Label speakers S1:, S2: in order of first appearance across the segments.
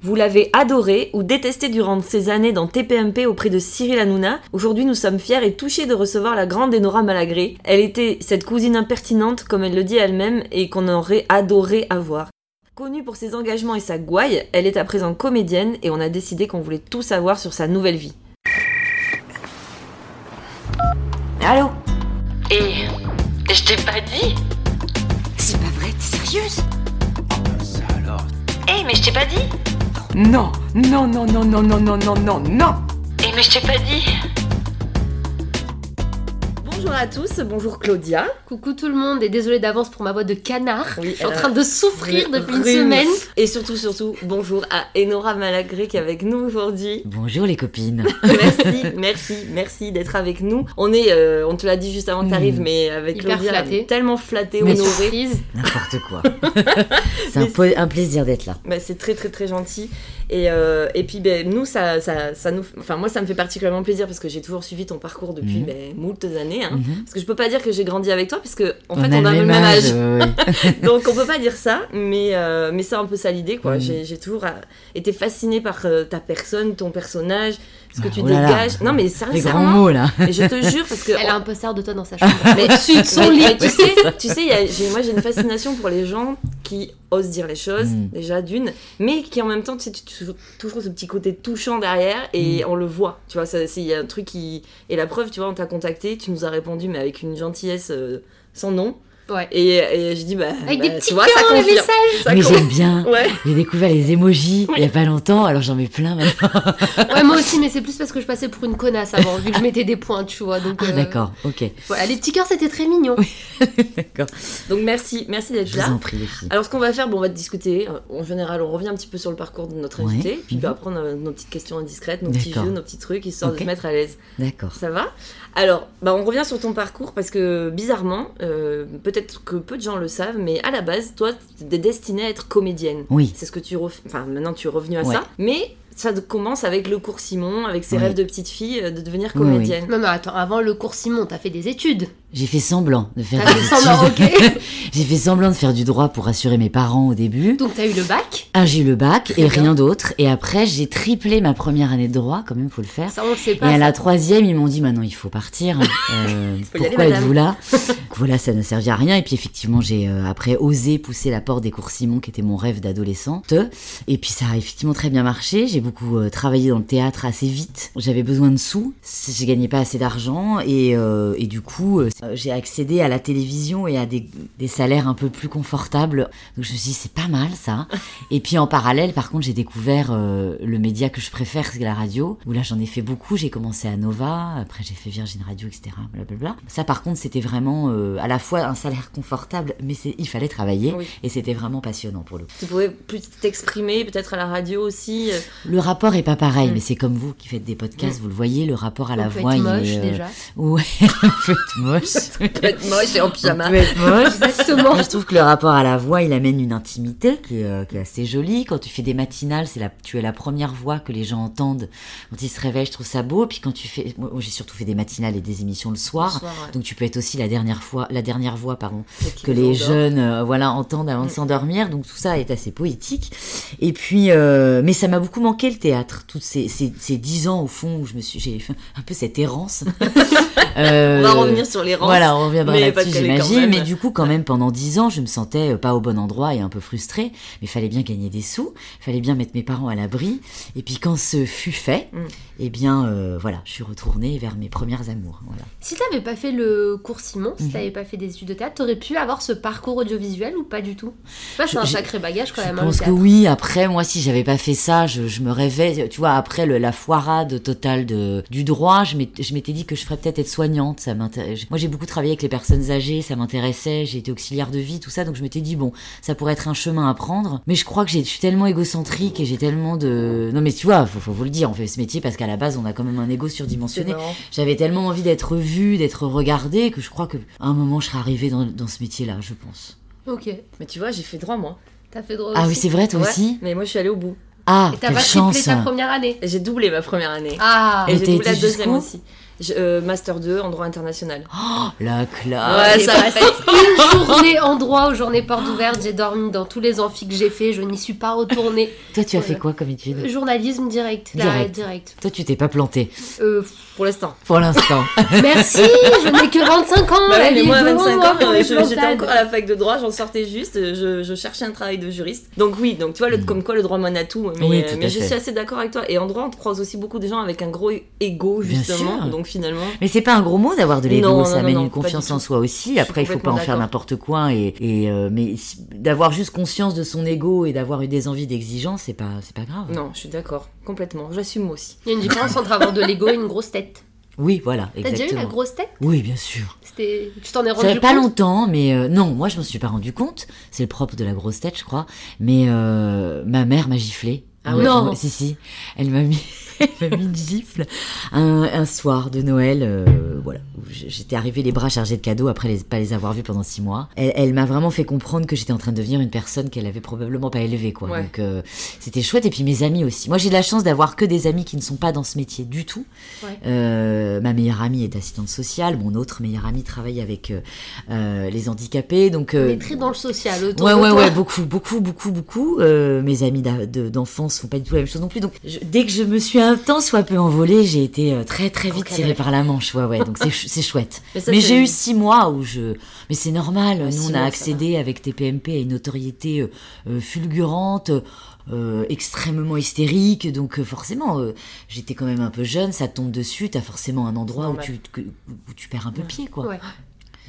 S1: Vous l'avez adoré ou détesté durant ces années dans TPMP auprès de Cyril Hanouna. Aujourd'hui, nous sommes fiers et touchés de recevoir la grande Enora Malagré. Elle était cette cousine impertinente, comme elle le dit elle-même, et qu'on aurait adoré avoir. Connue pour ses engagements et sa gouaille, elle est à présent comédienne et on a décidé qu'on voulait tout savoir sur sa nouvelle vie.
S2: Allô
S3: Et je t'ai pas dit
S2: C'est pas vrai, t'es sérieuse
S3: Eh mais je t'ai pas dit
S2: Non, non, non, non, non, non, non, non, non, non
S3: Eh mais je t'ai pas dit
S1: Bonjour à tous, bonjour Claudia. Euh,
S4: Coucou tout le monde et désolé d'avance pour ma voix de canard.
S1: Oui,
S4: Je suis en
S1: elle a
S4: train de souffrir
S1: le
S4: depuis une
S1: rhume.
S4: semaine.
S1: Et surtout, surtout, bonjour à Enora Malagré qui est avec nous aujourd'hui.
S5: Bonjour les copines.
S1: Merci, merci, merci d'être avec nous. On est, euh, on te l'a dit juste avant que t'arrives,
S5: Mm.
S1: mais avec
S4: Hyper
S1: Claudia,
S4: flattée.
S1: on est tellement flatté,
S5: Mais-
S1: honoré.
S4: Surprise.
S5: N'importe quoi. C'est
S1: Mais
S5: un, po- un plaisir d'être là.
S1: Bah, c'est très très très gentil. Et, euh, et puis ben, nous, ça, ça, ça nous, enfin moi, ça me fait particulièrement plaisir parce que j'ai toujours suivi ton parcours depuis
S5: Mhm.
S1: ben, moultes années. hein.
S5: Mhm.
S1: Parce que je peux pas dire que j'ai grandi avec toi parce que en
S5: On
S1: fait on a le même âge.
S5: euh, oui.
S1: Donc on peut pas dire ça, mais, euh, mais c'est un peu ça l'idée quoi.
S5: Mhm.
S1: J'ai, j'ai toujours euh, été fascinée par euh, ta personne, ton personnage, ce que
S5: Ah,
S1: tu
S5: oh là là.
S1: dégages. Non mais
S5: Les grands
S1: sincèrement,
S5: mots là.
S1: mais je te jure parce que
S4: Elle a un poster de toi dans sa chambre.
S1: Mais-
S4: Au-dessus de son
S1: Mais-
S4: lit.
S1: mais tu sais, tu sais, il y a- j'ai- moi j'ai une fascination pour les gens qui osent dire les choses,
S5: Mm.
S1: déjà d'une, mais qui en même temps, tu sais, tu- tu- toujours ce petit côté touchant derrière et
S5: Mm.
S1: on le voit. Tu vois, ça- c'est- il y a un truc qui. Et la preuve, tu vois, on t'a contacté, tu nous as répondu, mais avec une gentillesse euh, sans nom.
S4: Ouais.
S1: Et, et je dis, bah.
S4: Avec
S1: bah,
S4: des petits
S1: tu vois,
S4: cœurs
S1: ça
S4: dans les
S1: confirme.
S4: messages.
S1: Ça
S5: Mais
S1: confirme.
S5: j'aime bien.
S1: Ouais.
S5: J'ai découvert les emojis il y a pas longtemps, alors j'en mets plein maintenant.
S4: Ouais, moi aussi, mais c'est plus parce que je passais pour une connasse avant, vu que je mettais des points, tu vois. Donc,
S5: Ah,
S4: euh,
S5: d'accord, ok.
S4: Voilà, les petits cœurs, c'était très mignon.
S5: D'accord.
S1: Donc merci, merci d'être
S5: Je vous
S1: là.
S5: en prie, les filles.
S1: Alors, ce qu'on va faire, bon, on va discuter. Euh, En général, on revient un petit peu sur le parcours de notre
S5: Ouais.
S1: invité. Puis,
S5: Mhm.
S1: bah, après, on a nos petites questions indiscrètes, nos petits
S5: D'accord.
S1: jeux, nos petits trucs, histoire de
S5: Ok.
S1: se mettre à l'aise.
S5: D'accord.
S1: Ça va Alors, bah, on revient sur ton parcours parce que bizarrement, euh, peut-être que peu de gens le savent, mais à la base, toi, t'es destinée à être comédienne.
S5: Oui.
S1: C'est ce que tu ref... Enfin, maintenant, tu es revenue à
S5: Ouais.
S1: ça. Mais ça commence avec le cours Simon, avec ses
S5: Oui.
S1: rêves de petite fille euh, de devenir
S5: Oui, oui.
S1: comédienne.
S4: Non, non, attends, avant le cours Simon, t'as fait des études.
S5: J'ai fait semblant de faire
S4: T'as
S5: des
S4: fait semblant,
S5: études.
S4: ok.
S5: J'ai fait semblant de faire du droit pour assurer mes parents au début.
S4: Donc, t'as eu le bac.
S5: Ah, j'ai eu le bac
S4: Très
S5: et
S4: bien.
S5: rien d'autre. Et après, j'ai triplé ma première année de droit, quand même, faut le faire.
S4: Ça, on le sait
S5: Et
S4: pas.
S5: à
S4: ça.
S5: la troisième, ils m'ont dit maintenant il faut partir. Euh,
S1: y aller,
S5: pourquoi
S1: madame.
S5: êtes-vous là Donc Voilà, ça ne servait à rien. Et puis effectivement, j'ai euh, après osé pousser la porte des cours Simon, qui était mon rêve d'adolescente. Et puis ça a effectivement très bien marché. J'ai beaucoup euh, travaillé dans le théâtre assez vite. J'avais besoin de sous. Je gagnais pas assez d'argent et, euh, et du coup, euh, j'ai accédé à la télévision et à des, des salaires un peu plus confortables. Donc je me suis dit c'est pas mal ça. Et puis en parallèle, par contre, j'ai découvert euh, le média que je préfère, c'est la radio. Où là, j'en ai fait beaucoup. J'ai commencé à Nova, après j'ai fait Virgin Radio, etc. Blablabla. Ça, par contre, c'était vraiment euh, à la fois un salaire confortable, mais c'est- il fallait travailler.
S1: Oui.
S5: Et c'était vraiment passionnant pour le coup.
S1: Tu pouvais plus t'exprimer, peut-être à la radio aussi. euh,
S5: Le rapport est pas pareil,
S1: Mm.
S5: mais c'est comme vous qui faites des podcasts, vous le voyez, le rapport à la
S4: On peut
S5: voix,
S4: être
S5: il
S4: moche,
S5: est... euh,
S4: déjà.
S5: Ouais, un peu moche.
S1: peut-être moche et en pyjama.
S5: On peut être moche.
S4: Exactement.
S5: Je trouve que le rapport à la voix, il amène une intimité qui est, euh, qui est assez jolie. Quand tu fais des matinales, c'est la, tu es la première voix que les gens entendent quand ils se réveillent. Je trouve ça beau. Puis quand tu fais, moi j'ai surtout fait des matinales et des émissions le soir.
S1: Bonsoir, ouais.
S5: Donc tu peux être aussi la dernière fois, la dernière voix, pardon,
S1: Donc,
S5: que
S1: ils
S5: les
S1: endorment.
S5: jeunes euh, voilà entendent avant de
S1: Mm.
S5: s'endormir donc tout ça est assez poétique et puis euh, mais ça m'a beaucoup manqué le théâtre toutes ces ces ces dix ans au fond où je me suis j'ai fait un peu cette errance
S1: On
S5: Euh,
S1: va revenir sur les rangs.
S5: voilà, on reviendra
S1: mais
S5: là-dessus,
S1: parce qu'elle est quand
S5: j'imagine.
S1: même-
S5: Mais du coup, quand même, pendant dix ans, je me sentais euh, pas au bon endroit et un peu frustrée. Mais fallait bien gagner des sous, fallait bien mettre mes parents à l'abri. Et puis, quand ce fut fait,
S1: Mm.
S5: eh bien, euh, voilà, je suis retournée vers mes premières amours. Voilà.
S4: Si t'avais pas fait le cours Simon, si
S5: Mhm.
S4: t'avais pas fait des études de théâtre, t'aurais pu avoir ce parcours audiovisuel ou pas du tout Je sais pas, c'est
S5: Je-
S4: un
S5: j'ai-
S4: sacré bagage quand
S5: Je
S4: même. hein, le
S5: pense que
S4: théâtre.
S5: oui. Après, moi, si j'avais pas fait ça, je, je me rêvais. Tu vois, après le, la foirade totale de, du droit, je m'étais je m'étais dit que je ferais peut-être être soignante. Ça m'intéresse. Moi, j'ai beaucoup travaillé avec les personnes âgées, ça m'intéressait. J'ai été auxiliaire de vie, tout ça. Donc, je m'étais dit bon, ça pourrait être un chemin à prendre. Mais je crois que j'ai- je suis tellement égocentrique et j'ai tellement de. Non, mais tu vois, faut, faut vous le dire, on fait ce métier parce qu'à la base, on a quand même un égo
S1: C'est
S5: surdimensionné.
S1: marrant.
S5: J'avais tellement envie d'être vue, d'être regardée, que je crois que à un moment, je serais arrivée dans, dans ce métier-là, je pense.
S4: Ok,
S1: Mais tu vois, j'ai fait droit moi.
S4: t'as fait droit
S5: Ah
S4: aussi.
S5: oui, c'est vrai, toi
S1: Ouais,
S5: aussi.
S1: Mais moi, je suis allée au bout.
S5: Ah,
S4: Et t'as
S5: quelle
S4: pas
S5: chance hein.
S4: triplé ta première année
S1: J'ai doublé ma première année.
S4: Ah
S1: Et
S5: Mais
S1: j'ai
S5: t'as
S1: doublé la
S5: été
S1: deuxième
S5: jusqu'où
S1: aussi. Je- euh, Master 2 en droit international.
S5: Oh, la classe.
S1: Ouais,
S4: j'ai
S1: ça
S4: pas fait une journée en droit aux journées portes ouvertes. J'ai dormi dans tous les amphis que j'ai fait. Je n'y suis pas retournée.
S5: Toi, tu as fait
S4: Voilà.
S5: quoi comme étude
S4: Journalisme direct. Là,
S5: ben. Direct.
S4: direct.
S5: Toi, tu t'es pas planté
S4: Euh,
S1: Pour l'instant.
S5: pour l'instant.
S4: merci, je n'ai que 25
S5: Ah,
S4: ans.
S1: Bah
S4: la
S1: ouais, mais
S4: vie
S1: moi, à
S4: est devant
S1: 25
S4: moi
S1: ans, euh,
S4: pour les
S1: je- j'étais
S4: plantades.
S1: encore à la fac de droit, j'en sortais juste, euh, je, je cherchais un travail de juriste. Donc oui, donc tu vois, le,
S5: Mm.
S1: comme quoi le droit mène à tout. Mais,
S5: Oui,
S1: euh,
S5: tout à
S1: mais je
S5: fait.
S1: suis assez d'accord avec toi. Et en droit, on te croise aussi beaucoup de gens avec un gros égo,
S5: Bien
S1: justement.
S5: sûr.
S1: Donc finalement,
S5: Mais c'est pas un gros mot d'avoir de l'ego,
S1: Non,
S5: ça
S1: non, non,
S5: amène
S1: non,
S5: une
S1: pas du
S5: confiance
S1: tout.
S5: en soi aussi.
S1: suis
S5: Après, il faut pas en
S1: complètement
S5: faire
S1: d'accord.
S5: n'importe quoi. Et, et, euh, mais si- d'avoir juste conscience de son ego et d'avoir eu des envies d'exigence, c'est pas, c'est pas grave.
S1: non, je suis d'accord, complètement. J'assume moi aussi.
S4: Il y a une différence entre avoir de l'ego et une grosse tête.
S5: Oui, voilà,
S4: T'as déjà eu la
S5: exactement.
S4: grosse tête
S5: Oui, bien sûr.
S4: C'était, tu t'en es
S5: Ça fait
S4: rendu
S5: pas
S4: compte
S5: longtemps, mais euh, non, moi je m'en suis pas rendu compte. C'est le propre de la grosse tête, je crois. Mais euh, ma mère m'a giflé.
S1: Ah ouais
S4: Non.
S5: Si, si. Elle m'a mis, elle m'a mis une gifle un, un soir de Noël. euh, voilà. où j- J'étais arrivée les bras chargés de cadeaux après les, pas les avoir vus pendant six mois. Elle, elle m'a vraiment fait comprendre que j'étais en train de devenir une personne qu'elle avait probablement pas élevée, quoi.
S1: Ouais.
S5: Donc euh, c'était chouette. Et puis mes amis aussi. Moi j'ai de la chance d'avoir que des amis qui ne sont pas dans ce métier du tout.
S4: Ouais.
S5: Euh, ma meilleure amie est assistante sociale. Mon autre meilleur ami travaille avec euh, euh, les handicapés. Donc euh,
S4: Mais très dans le social, autour
S5: Ouais,
S4: de
S5: ouais,
S4: toi.
S5: ouais, beaucoup, beaucoup, beaucoup, beaucoup. Euh, mes amis d'a- de- d'enfance font pas du tout la même chose non plus. Donc, je- dès que je me suis un temps soit peu envolée, j'ai été euh, très, très vite
S1: Encadrée.
S5: tirée par la manche. Ouais, ouais, donc c'est chou- c'est chouette.
S1: Mais ça,
S5: Mais
S1: c'est-
S5: j'ai eu six mois où je. Mais c'est normal, nous
S1: six
S5: on
S1: mois,
S5: a
S1: ça
S5: accédé avec TPMP à une notoriété euh, euh, fulgurante. euh, extrêmement hystérique donc euh, forcément euh, j'étais quand même un peu jeune ça te tombe dessus t'as forcément un endroit où
S1: Normal.
S5: tu, que- où tu perds un peu pied quoi
S4: Ouais.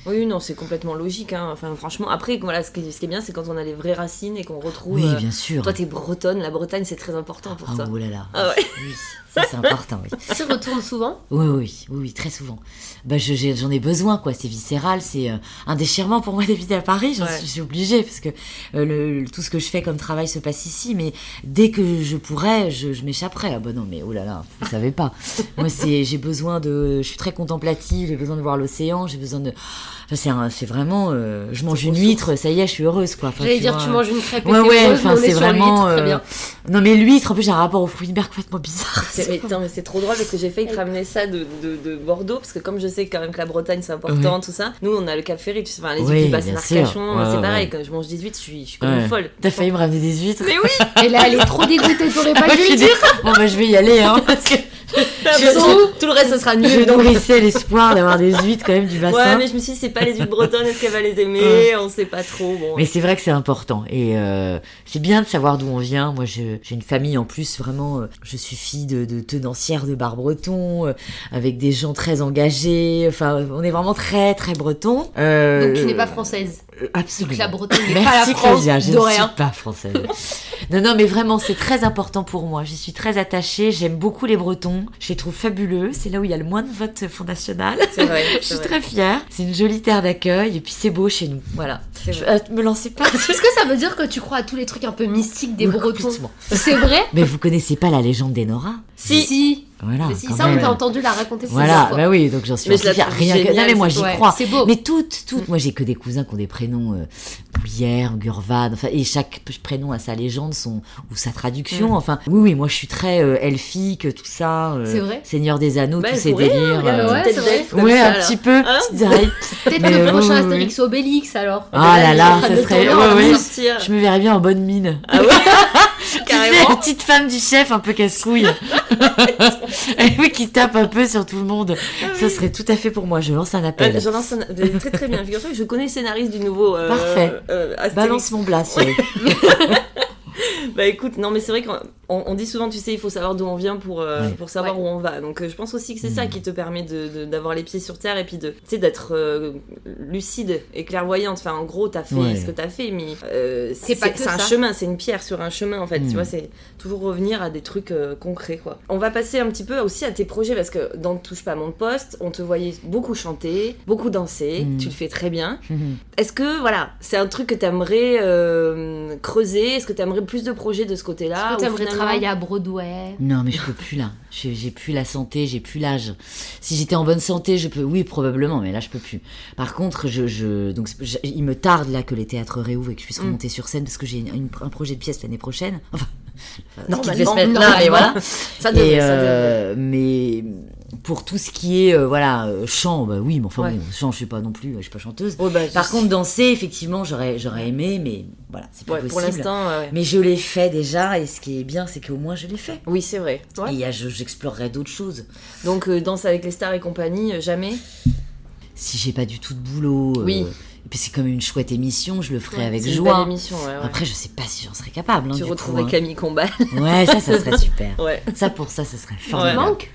S1: Oui, non, c'est complètement logique. hein. Enfin, franchement, après, voilà, ce qui, ce qui est bien, c'est quand on a les vraies racines et qu'on retrouve.
S5: oui
S1: euh,
S5: bien sûr
S1: Toi, t'es bretonne, la Bretagne, c'est très important pour
S5: Ah,
S1: toi.
S5: oh là là
S1: Ah ouais.
S5: oui ça c'est important oui
S4: Tu retournes souvent
S5: Oui, oui, oui, oui, très souvent. Bah, je- j'ai- j'en ai, besoin, quoi. C'est viscéral, c'est euh, un déchirement pour moi d'habiter à Paris. J'en
S1: Ouais.
S5: suis- Je suis obligée parce que euh, le, le- tout ce que je fais comme travail se passe ici. Mais dès que je pourrais, je, je m'échapperais. Ah bah non, mais oh là là, vous savez pas. moi, c'est, j'ai besoin de, je suis très contemplative. J'ai besoin de voir l'océan. J'ai besoin de. Enfin, c'est, un- c'est vraiment. euh, je mange une huître, ça y est, je suis heureuse, quoi. Enfin,
S4: J'allais dire,
S5: vois, euh,
S4: tu manges une crêpe et
S5: Ouais,
S4: t'es
S5: ouais,
S4: heureuse, mais
S5: enfin,
S4: on est
S5: c'est
S4: sur l'huître,
S5: vraiment.
S4: très
S5: euh,
S4: bien.
S5: Non, mais l'huître, en plus, j'ai un rapport au fruit de mer complètement bizarre.
S1: C'est- Mais, tain, mais c'est trop drôle parce que j'ai failli te ramener ça de, de- de Bordeaux parce que comme je sais quand même que la Bretagne c'est important tout ça, nous on a le Cap Ferry, tu sais, enfin les
S5: Oui,
S1: huîtres qui passent
S5: bien
S1: Arcachon,
S5: sûr. Ouais,
S1: c'est
S5: ouais,
S1: pareil.
S5: ouais.
S1: Quand je mange 18, je suis, je suis comme
S5: Ouais.
S1: une folle.
S5: T'as failli me ramener des huîtres.
S1: Mais oui,
S4: Et là, elle est trop dégoûtée, t'aurais pas
S5: Moi,
S4: dû
S5: je
S4: lui
S5: suis
S4: dire.
S5: dé- Bon, bah, je vais y aller, hein, parce que
S1: parce que tout le reste ça sera
S5: je
S1: nul. donc.
S5: nourrissais l'espoir d'avoir des huîtres quand même du bassin.
S1: Ouais, mais
S5: mais
S1: je me suis dit c'est pas les huîtres bretonnes, est-ce qu'elle va les aimer
S5: Ouais.
S1: On sait pas trop. Bon,
S5: c'est vrai que c'est important et euh, c'est bien de savoir d'où on vient. Moi, je- j'ai une famille en plus vraiment. euh, je suis fille de, de tenancière de bar breton, euh, avec des gens très engagés. Enfin, on est vraiment très très breton. Euh,
S4: Donc, tu n'es pas française.
S5: euh, Absolument.
S4: Donc, la Bretagne n'est pas
S5: Merci
S4: la France
S5: Claudia, je ne suis
S4: d'Orient.
S5: pas française. non, non, mais vraiment, c'est très important pour moi. J'y suis très attachée. J'aime beaucoup les Bretons. Je les trouve fabuleux. C'est là où il y a le moins de votes Front National.
S1: c'est vrai.
S5: Je suis très fière. C'est une jolie terre d'accueil et puis c'est beau chez nous. Voilà. Je, euh, me lancez pas.
S4: Est-ce que ça veut dire que tu crois à tous les trucs un peu mystiques des
S5: Oui,
S4: Bretons
S5: complètement.
S4: C'est vrai
S5: Mais vous connaissez pas la légende des Nora
S1: Si.
S4: Si.
S5: Voilà.
S4: Mais si,
S5: Ah, quand
S4: ça, on
S5: même.
S4: t'a entendu la raconter plusieurs
S5: Voilà.
S4: fois.
S5: Bah oui, donc j'en suis
S1: Mais
S5: assez
S1: je la
S5: fière.
S1: trouve
S5: Rien que. Non
S1: géniale,
S5: mais moi
S1: cette-
S5: j'y
S4: ouais,
S5: crois.
S4: c'est beau.
S5: Mais toutes, toutes. Moi j'ai que des cousins qui ont des prénoms euh, Bruyère, Gurvan. Enfin et chaque p- prénom a sa légende, son ou sa traduction. Enfin oui oui, moi je suis très euh, elfique, tout ça. euh,
S4: C'est vrai
S5: Seigneur des Anneaux,
S1: Bah,
S5: tous
S1: elle
S5: ces
S1: pourrait, hein,
S5: délires.
S1: regarde,
S5: euh,
S1: une
S4: ouais,
S1: tête
S4: c'est vrai.
S1: d'elfe comme
S5: Ouais,
S1: ça,
S5: un
S1: là.
S5: petit peu.
S1: Hein
S5: Petite oreille.
S4: Peut-être
S5: Mais,
S4: le
S5: euh,
S4: prochain
S5: oui,
S4: Astérix Obélix alors.
S5: Ah là là,
S4: en train
S5: ça
S4: de
S5: serait.
S4: tourner en
S5: ouais, ouais.
S4: disant,
S1: Sortir.
S5: Je me verrais bien en bonne mine.
S1: Ah ouais,
S5: Tu sais,
S1: carrément.
S5: la petite femme du chef un peu casse-couille. Et oui, qui tape un peu sur tout le monde. Ça serait tout à fait pour moi. Je lance un appel.
S1: Euh, je lance un- vous avez Très très bien. Figure-toi que je connais le scénariste du nouveau. euh,
S5: Parfait.
S1: euh, Astérix.
S5: Balance mon blast. ouais.
S1: Bah écoute, non mais c'est vrai qu'on on- on dit souvent, tu sais, il faut savoir d'où on vient pour, euh,
S5: Ouais.
S1: pour savoir
S4: Ouais.
S1: où on va. Donc euh, je pense aussi que c'est ça
S5: Mm.
S1: qui te permet d'avoir de, d'avoir les pieds sur terre et puis de, tu sais, d'être euh, lucide et clairvoyante. Enfin, en gros, t'as fait
S5: Ouais.
S1: ce que t'as fait, mais euh,
S4: C'est pas que
S1: c'est un
S4: ça.
S1: chemin, c'est une pierre sur un chemin en fait.
S5: Mm.
S1: Tu vois, c'est toujours revenir à des trucs euh, concrets quoi. On va passer un petit peu aussi à tes projets parce que dans Touche pas à mon poste, on te voyait beaucoup chanter, beaucoup danser.
S5: Mm.
S1: Tu le fais très bien. Est-ce que, voilà, c'est un truc que t'aimerais euh, creuser Est-ce que t'aimerais plus de projets de ce côté-là
S4: Est-ce que
S1: ou
S4: t'aimerais
S1: finalement-
S4: travailler à Broadway
S5: non, mais je peux plus là. J'ai j'ai plus la santé, j'ai plus l'âge. Si j'étais en bonne santé, je peux. Oui, probablement, mais là, je peux plus. Par contre, je, je donc je- il me tarde là que les théâtres réouvrent et que je puisse
S1: Mm.
S5: remonter sur scène parce que j'ai une- une- un projet de pièce l'année prochaine. Enfin, ce qui
S1: Normalement,
S5: devait se mettre là,
S1: normalement.
S5: mais voilà.
S1: Ça devrait,
S5: Et,
S1: ça devrait.
S5: euh, mais pour tout ce qui est euh, voilà euh, chant, bah oui, mais enfin
S1: Ouais.
S5: bon, chant, je suis pas non plus, euh, je suis pas chanteuse.
S1: Ouais, bah,
S5: Par
S1: je-
S5: contre, danser, effectivement, j'aurais j'aurais aimé, mais voilà, c'est pas
S1: Ouais, pour
S5: possible.
S1: l'instant, ouais.
S5: Mais je l'ai fait déjà, et ce qui est bien, c'est qu'au moins je l'ai fait.
S1: oui, c'est vrai.
S5: Et il y a- je- j'explorerai d'autres choses.
S1: Donc, euh, Danse avec les stars et compagnie, euh, jamais.
S5: Si j'ai pas du tout de boulot, euh,
S1: Oui.
S5: et puis c'est comme une chouette émission, je le ferai avec
S1: C'est une
S5: joie.
S1: belle émission, ouais, ouais.
S5: Après, je sais pas si j'en serais capable. hein,
S1: tu
S5: du
S1: retrouverais
S5: coup, hein.
S1: Camille Combal.
S5: Ouais, ça, ça serait super.
S1: ouais.
S5: Ça, pour ça, ça serait
S4: Il
S5: formidable.
S4: manque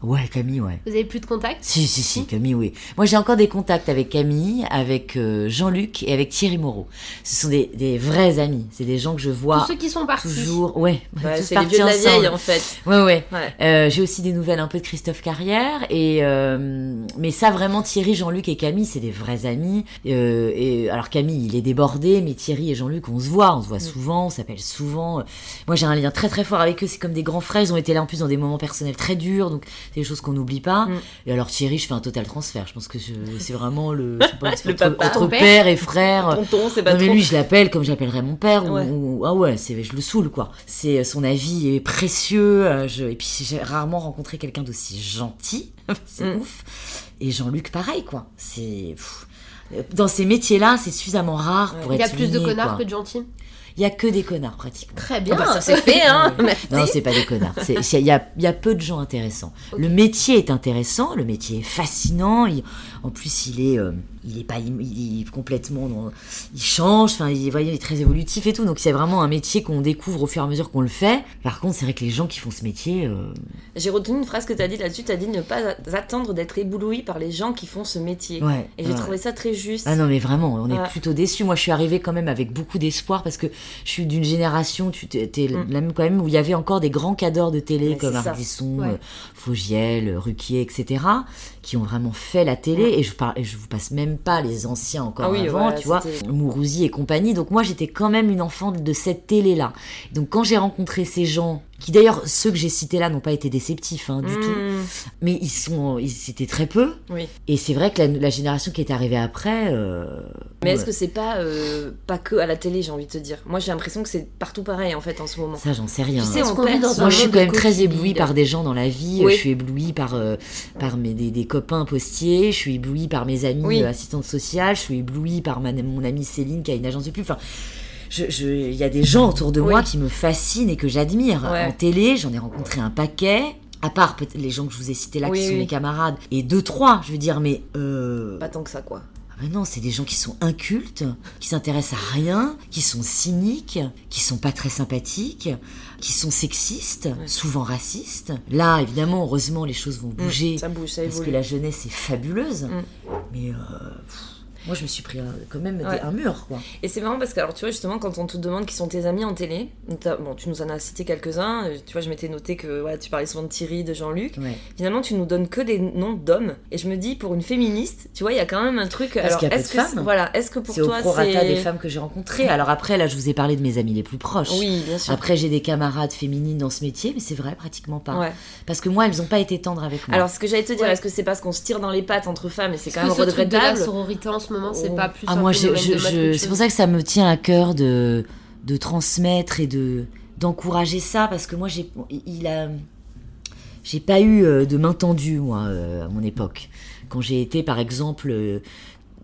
S5: Ouais, Camille, ouais.
S4: Vous avez plus de contact
S5: Si, si,
S1: Mmh.
S5: si, Camille, oui. Moi, j'ai encore des contacts avec Camille, avec euh, Jean-Luc et avec Thierry Moreau. Ce sont des, des vrais amis. C'est des gens que je vois
S4: Tous ceux qui sont partis.
S5: Bah, toujours. Ouais,
S1: Ouais,
S5: tous
S1: c'est les
S5: partis
S1: vieux de la
S5: ensemble.
S1: vieille, en fait.
S5: Ouais, ouais.
S1: Ouais.
S5: Euh, j'ai aussi des nouvelles un peu de Christophe Carrière et euh, mais ça vraiment Thierry, Jean-Luc et Camille c'est des vrais amis. Euh, et alors Camille il est débordé mais Thierry et Jean-Luc on se voit, on se
S1: Mm.
S5: voit souvent, on s'appelle souvent. Moi j'ai un lien très très fort avec eux, c'est comme des grands frères, ils ont été là en plus dans des moments personnels très durs donc c'est des choses qu'on n'oublie pas.
S1: Mm.
S5: Et alors Thierry je fais un total transfert, je pense que je- c'est vraiment le, je sais pas, c'est
S1: Le
S5: entre,
S1: papa.
S5: entre
S4: Ton père.
S5: père et frère.
S1: Tonton, c'est pas
S5: non mais
S1: trop.
S5: lui je l'appelle comme j'appellerais mon père ou-
S1: Ouais.
S5: ou, ah ouais c'est je le saoule quoi c'est euh, son avis est précieux euh, je, et puis j'ai rarement rencontré quelqu'un d'aussi gentil c'est
S1: Mm.
S5: ouf et Jean-Luc pareil quoi c'est pff. euh, dans ces métiers là c'est suffisamment rare pour
S4: Il y
S5: être
S4: a plus de
S5: souligné,
S4: connards
S5: quoi.
S4: que de gentils.
S5: il y a que des connards pratiquement
S4: Très
S1: Ah
S4: bien.
S1: bah, ça, c'est fait, hein. Merci.
S5: non, c'est pas des connards. C'est- c'est- Il y a, il y a peu de gens intéressants. Le métier est intéressant, le métier est fascinant. il- en plus, il est, euh, il est pas, im- il est complètement, dans- il change. Enfin, il, voyez, il est très évolutif et tout. Donc, c'est vraiment un métier qu'on découvre au fur et à mesure qu'on le fait. Par contre, c'est vrai que les gens qui font ce métier, euh,
S1: J'ai retenu une phrase que t'as dit là-dessus. T'as dit ne pas attendre d'être ébloui par les gens qui font ce métier.
S5: ouais.
S1: Et j'ai
S5: ouais.
S1: trouvé ça très juste.
S5: Ah non mais vraiment, on est
S1: Ouais.
S5: plutôt déçus. Moi je suis arrivée quand même avec beaucoup d'espoir parce que je suis d'une génération, tu t'es t'es
S1: Mm.
S5: la même quand même où il y avait encore des grands cadors de télé
S1: Ouais,
S5: comme
S1: c'est ça.
S5: Ardisson,
S4: Ouais.
S5: euh, Faugiel, euh, Ruquier, etc. qui ont vraiment fait la télé et je parle, et je vous passe même pas les anciens encore
S1: Ah oui,
S5: avant,
S1: ouais,
S5: tu vois,
S1: c'était-
S5: Mourouzi et compagnie. Donc moi j'étais quand même une enfant de cette télé là. Donc quand j'ai rencontré ces gens qui d'ailleurs ceux que j'ai cités là n'ont pas été déceptifs hein, du
S1: Mmh.
S5: tout, mais ils sont, ils c'était très peu.
S1: Oui.
S5: Et c'est vrai que la, la génération qui est arrivée après. euh,
S1: Mais
S5: ouais.
S1: est-ce que c'est pas euh, pas que à la télé, j'ai envie de te dire. Moi, j'ai l'impression que c'est partout pareil en fait en ce moment.
S5: Ça, j'en sais rien. hein.
S1: Tu sais,
S4: Est-ce
S1: on
S4: qu'on vit
S1: perd
S4: dans
S1: son
S4: un
S5: Moi, je suis
S1: monde
S5: quand même
S1: de
S5: très
S1: coquille
S5: éblouie
S1: vide.
S5: par des gens dans la vie.
S1: Oui.
S5: Je suis éblouie par, euh, par mes, des, des copains postiers. Je suis éblouie par mes amis
S1: Oui.
S5: euh, assistantes sociales. Je suis éblouie par ma- mon amie Céline qui a une agence de pub. Enfin, je- je- il y a des gens autour de
S1: Oui.
S5: moi qui me fascinent et que j'admire.
S1: Ouais.
S5: En télé, j'en ai rencontré un paquet. À part peut-être les gens que je vous ai cités là
S1: Oui,
S5: qui sont
S1: oui.
S5: mes camarades. Et deux, trois, je veux dire, mais... euh,
S1: Pas tant que ça quoi.
S5: Ah ben non, c'est des gens qui sont incultes, qui s'intéressent à rien, qui sont cyniques, qui sont pas très sympathiques, qui sont sexistes, souvent racistes. Là, évidemment, heureusement, les choses vont
S1: Mm.
S5: bouger
S1: Mmh. Ça bouge, ça
S5: parce que
S1: évolue.
S5: la jeunesse est fabuleuse.
S1: Mm.
S5: Mais euh, pff, moi, je me suis pris euh, quand même des-
S1: Ouais.
S5: un mur, quoi.
S1: Et c'est marrant parce que, alors, tu vois, justement, quand on te demande qui sont tes amis en télé, t'as- bon, tu nous en as cité quelques-uns, euh, tu vois, je m'étais noté que voilà, tu parlais souvent de Thierry, de Jean-Luc.
S5: Ouais.
S1: Finalement, tu nous donnes que des noms d'hommes. Et je me dis, pour une féministe, tu vois, il y a quand même un truc. alors,
S5: qu'il y a peu
S1: est-ce
S5: de
S1: que
S5: femmes.
S1: c'est- Voilà, est-ce que pour
S5: C'est au
S1: toi,
S5: prorata
S1: c'est. Mm.
S5: des femmes que j'ai rencontrées. Alors après, là, je vous ai parlé de mes amis les plus proches.
S1: Oui, bien sûr.
S5: Après, j'ai des camarades féminines dans ce métier, mais c'est vrai, pratiquement pas.
S1: Ouais.
S5: Parce que moi, elles ont pas été tendres avec moi.
S1: Alors, ce que j'allais te dire,
S4: Ouais.
S1: est-ce que c'est parce qu'on se tire dans les pattes entre femmes et c'est quand
S4: Parce
S1: même
S4: que ce truc de la
S1: regrettable
S4: sororité en ce moment, c'est
S1: Oh.
S4: pas plus.
S5: Ah,
S4: un
S5: moi, je,
S4: phénomène
S5: je-
S4: de mode
S5: je-
S4: qu'autre
S5: c'est
S4: chose.
S5: pour ça que ça me tient à cœur de, de transmettre et de d'encourager ça parce que moi j'ai il a j'ai pas eu euh, de main tendue moi euh, à mon époque quand j'ai été par exemple euh,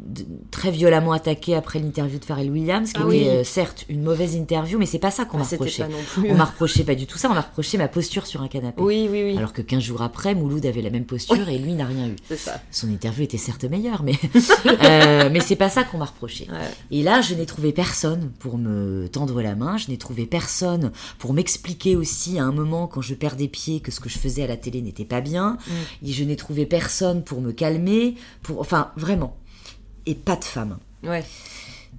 S5: de- très violemment attaquée après l'interview de Pharrell Williams qui
S4: Ah
S5: était
S4: oui.
S5: euh, certes une mauvaise interview mais c'est pas ça qu'on
S1: Ah,
S5: m'a
S1: C'était
S5: reproché
S1: pas non plus.
S5: on m'a reproché pas du tout ça on m'a reproché ma posture sur un canapé
S1: Oui, oui, oui.
S5: alors que 15 jours après Mouloud avait la même posture et lui n'a rien eu
S1: C'est ça.
S5: son interview était certes meilleure, mais, euh, mais c'est pas ça qu'on m'a reproché.
S1: Ouais.
S5: Et là, je n'ai trouvé personne pour me tendre la main, je n'ai trouvé personne pour m'expliquer aussi à un moment quand je perds des pieds que ce que je faisais à la télé n'était pas bien,
S1: Mm.
S5: et je n'ai trouvé personne pour me calmer, pour enfin vraiment, et pas de femme.
S1: Ouais.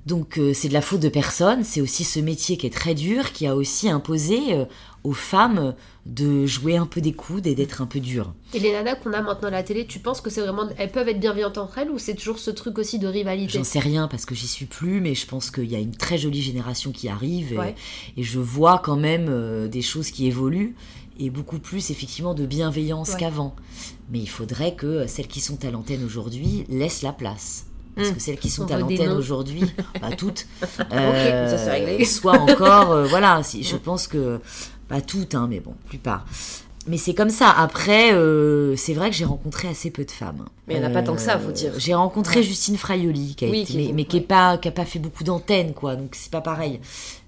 S5: Donc euh, c'est de la faute de personne, c'est aussi ce métier qui est très dur, qui a aussi imposé euh, aux femmes de jouer un peu des coudes et d'être un peu dures.
S4: Et les nanas qu'on a maintenant à la télé, tu penses que c'est vraiment. Elles peuvent être bienveillantes entre elles ou c'est toujours ce truc aussi de rivalité
S5: J'en sais rien parce que j'y suis plus, mais je pense qu'il y a une très jolie génération qui arrive et,
S1: Ouais.
S5: et je vois quand même euh, des choses qui évoluent et beaucoup plus effectivement de bienveillance
S4: Ouais.
S5: qu'avant. Mais il faudrait que euh, celles qui sont à l'antenne aujourd'hui laissent la place. Parce
S1: Mm.
S6: Mmh.
S5: que celles qui sont
S4: On
S5: à
S4: veut des
S5: l'antenne
S4: noms.
S5: aujourd'hui, pas toutes,
S1: ça, c'est réglé.
S5: euh,
S6: Mmh.
S5: soient encore, euh, voilà, si, je pense que, pas toutes, hein, mais bon, plupart, Mais c'est comme ça. Après, euh, c'est vrai que j'ai rencontré assez peu de femmes. Euh,
S6: Mais il n'y en a pas tant que ça, faut dire.
S5: J'ai rencontré Justine Fraioli, qui a
S6: Oui,
S5: été-
S6: qui-
S5: mais, mais qui n'a pas, qui a pas fait beaucoup d'antennes, quoi. Donc c'est pas pareil.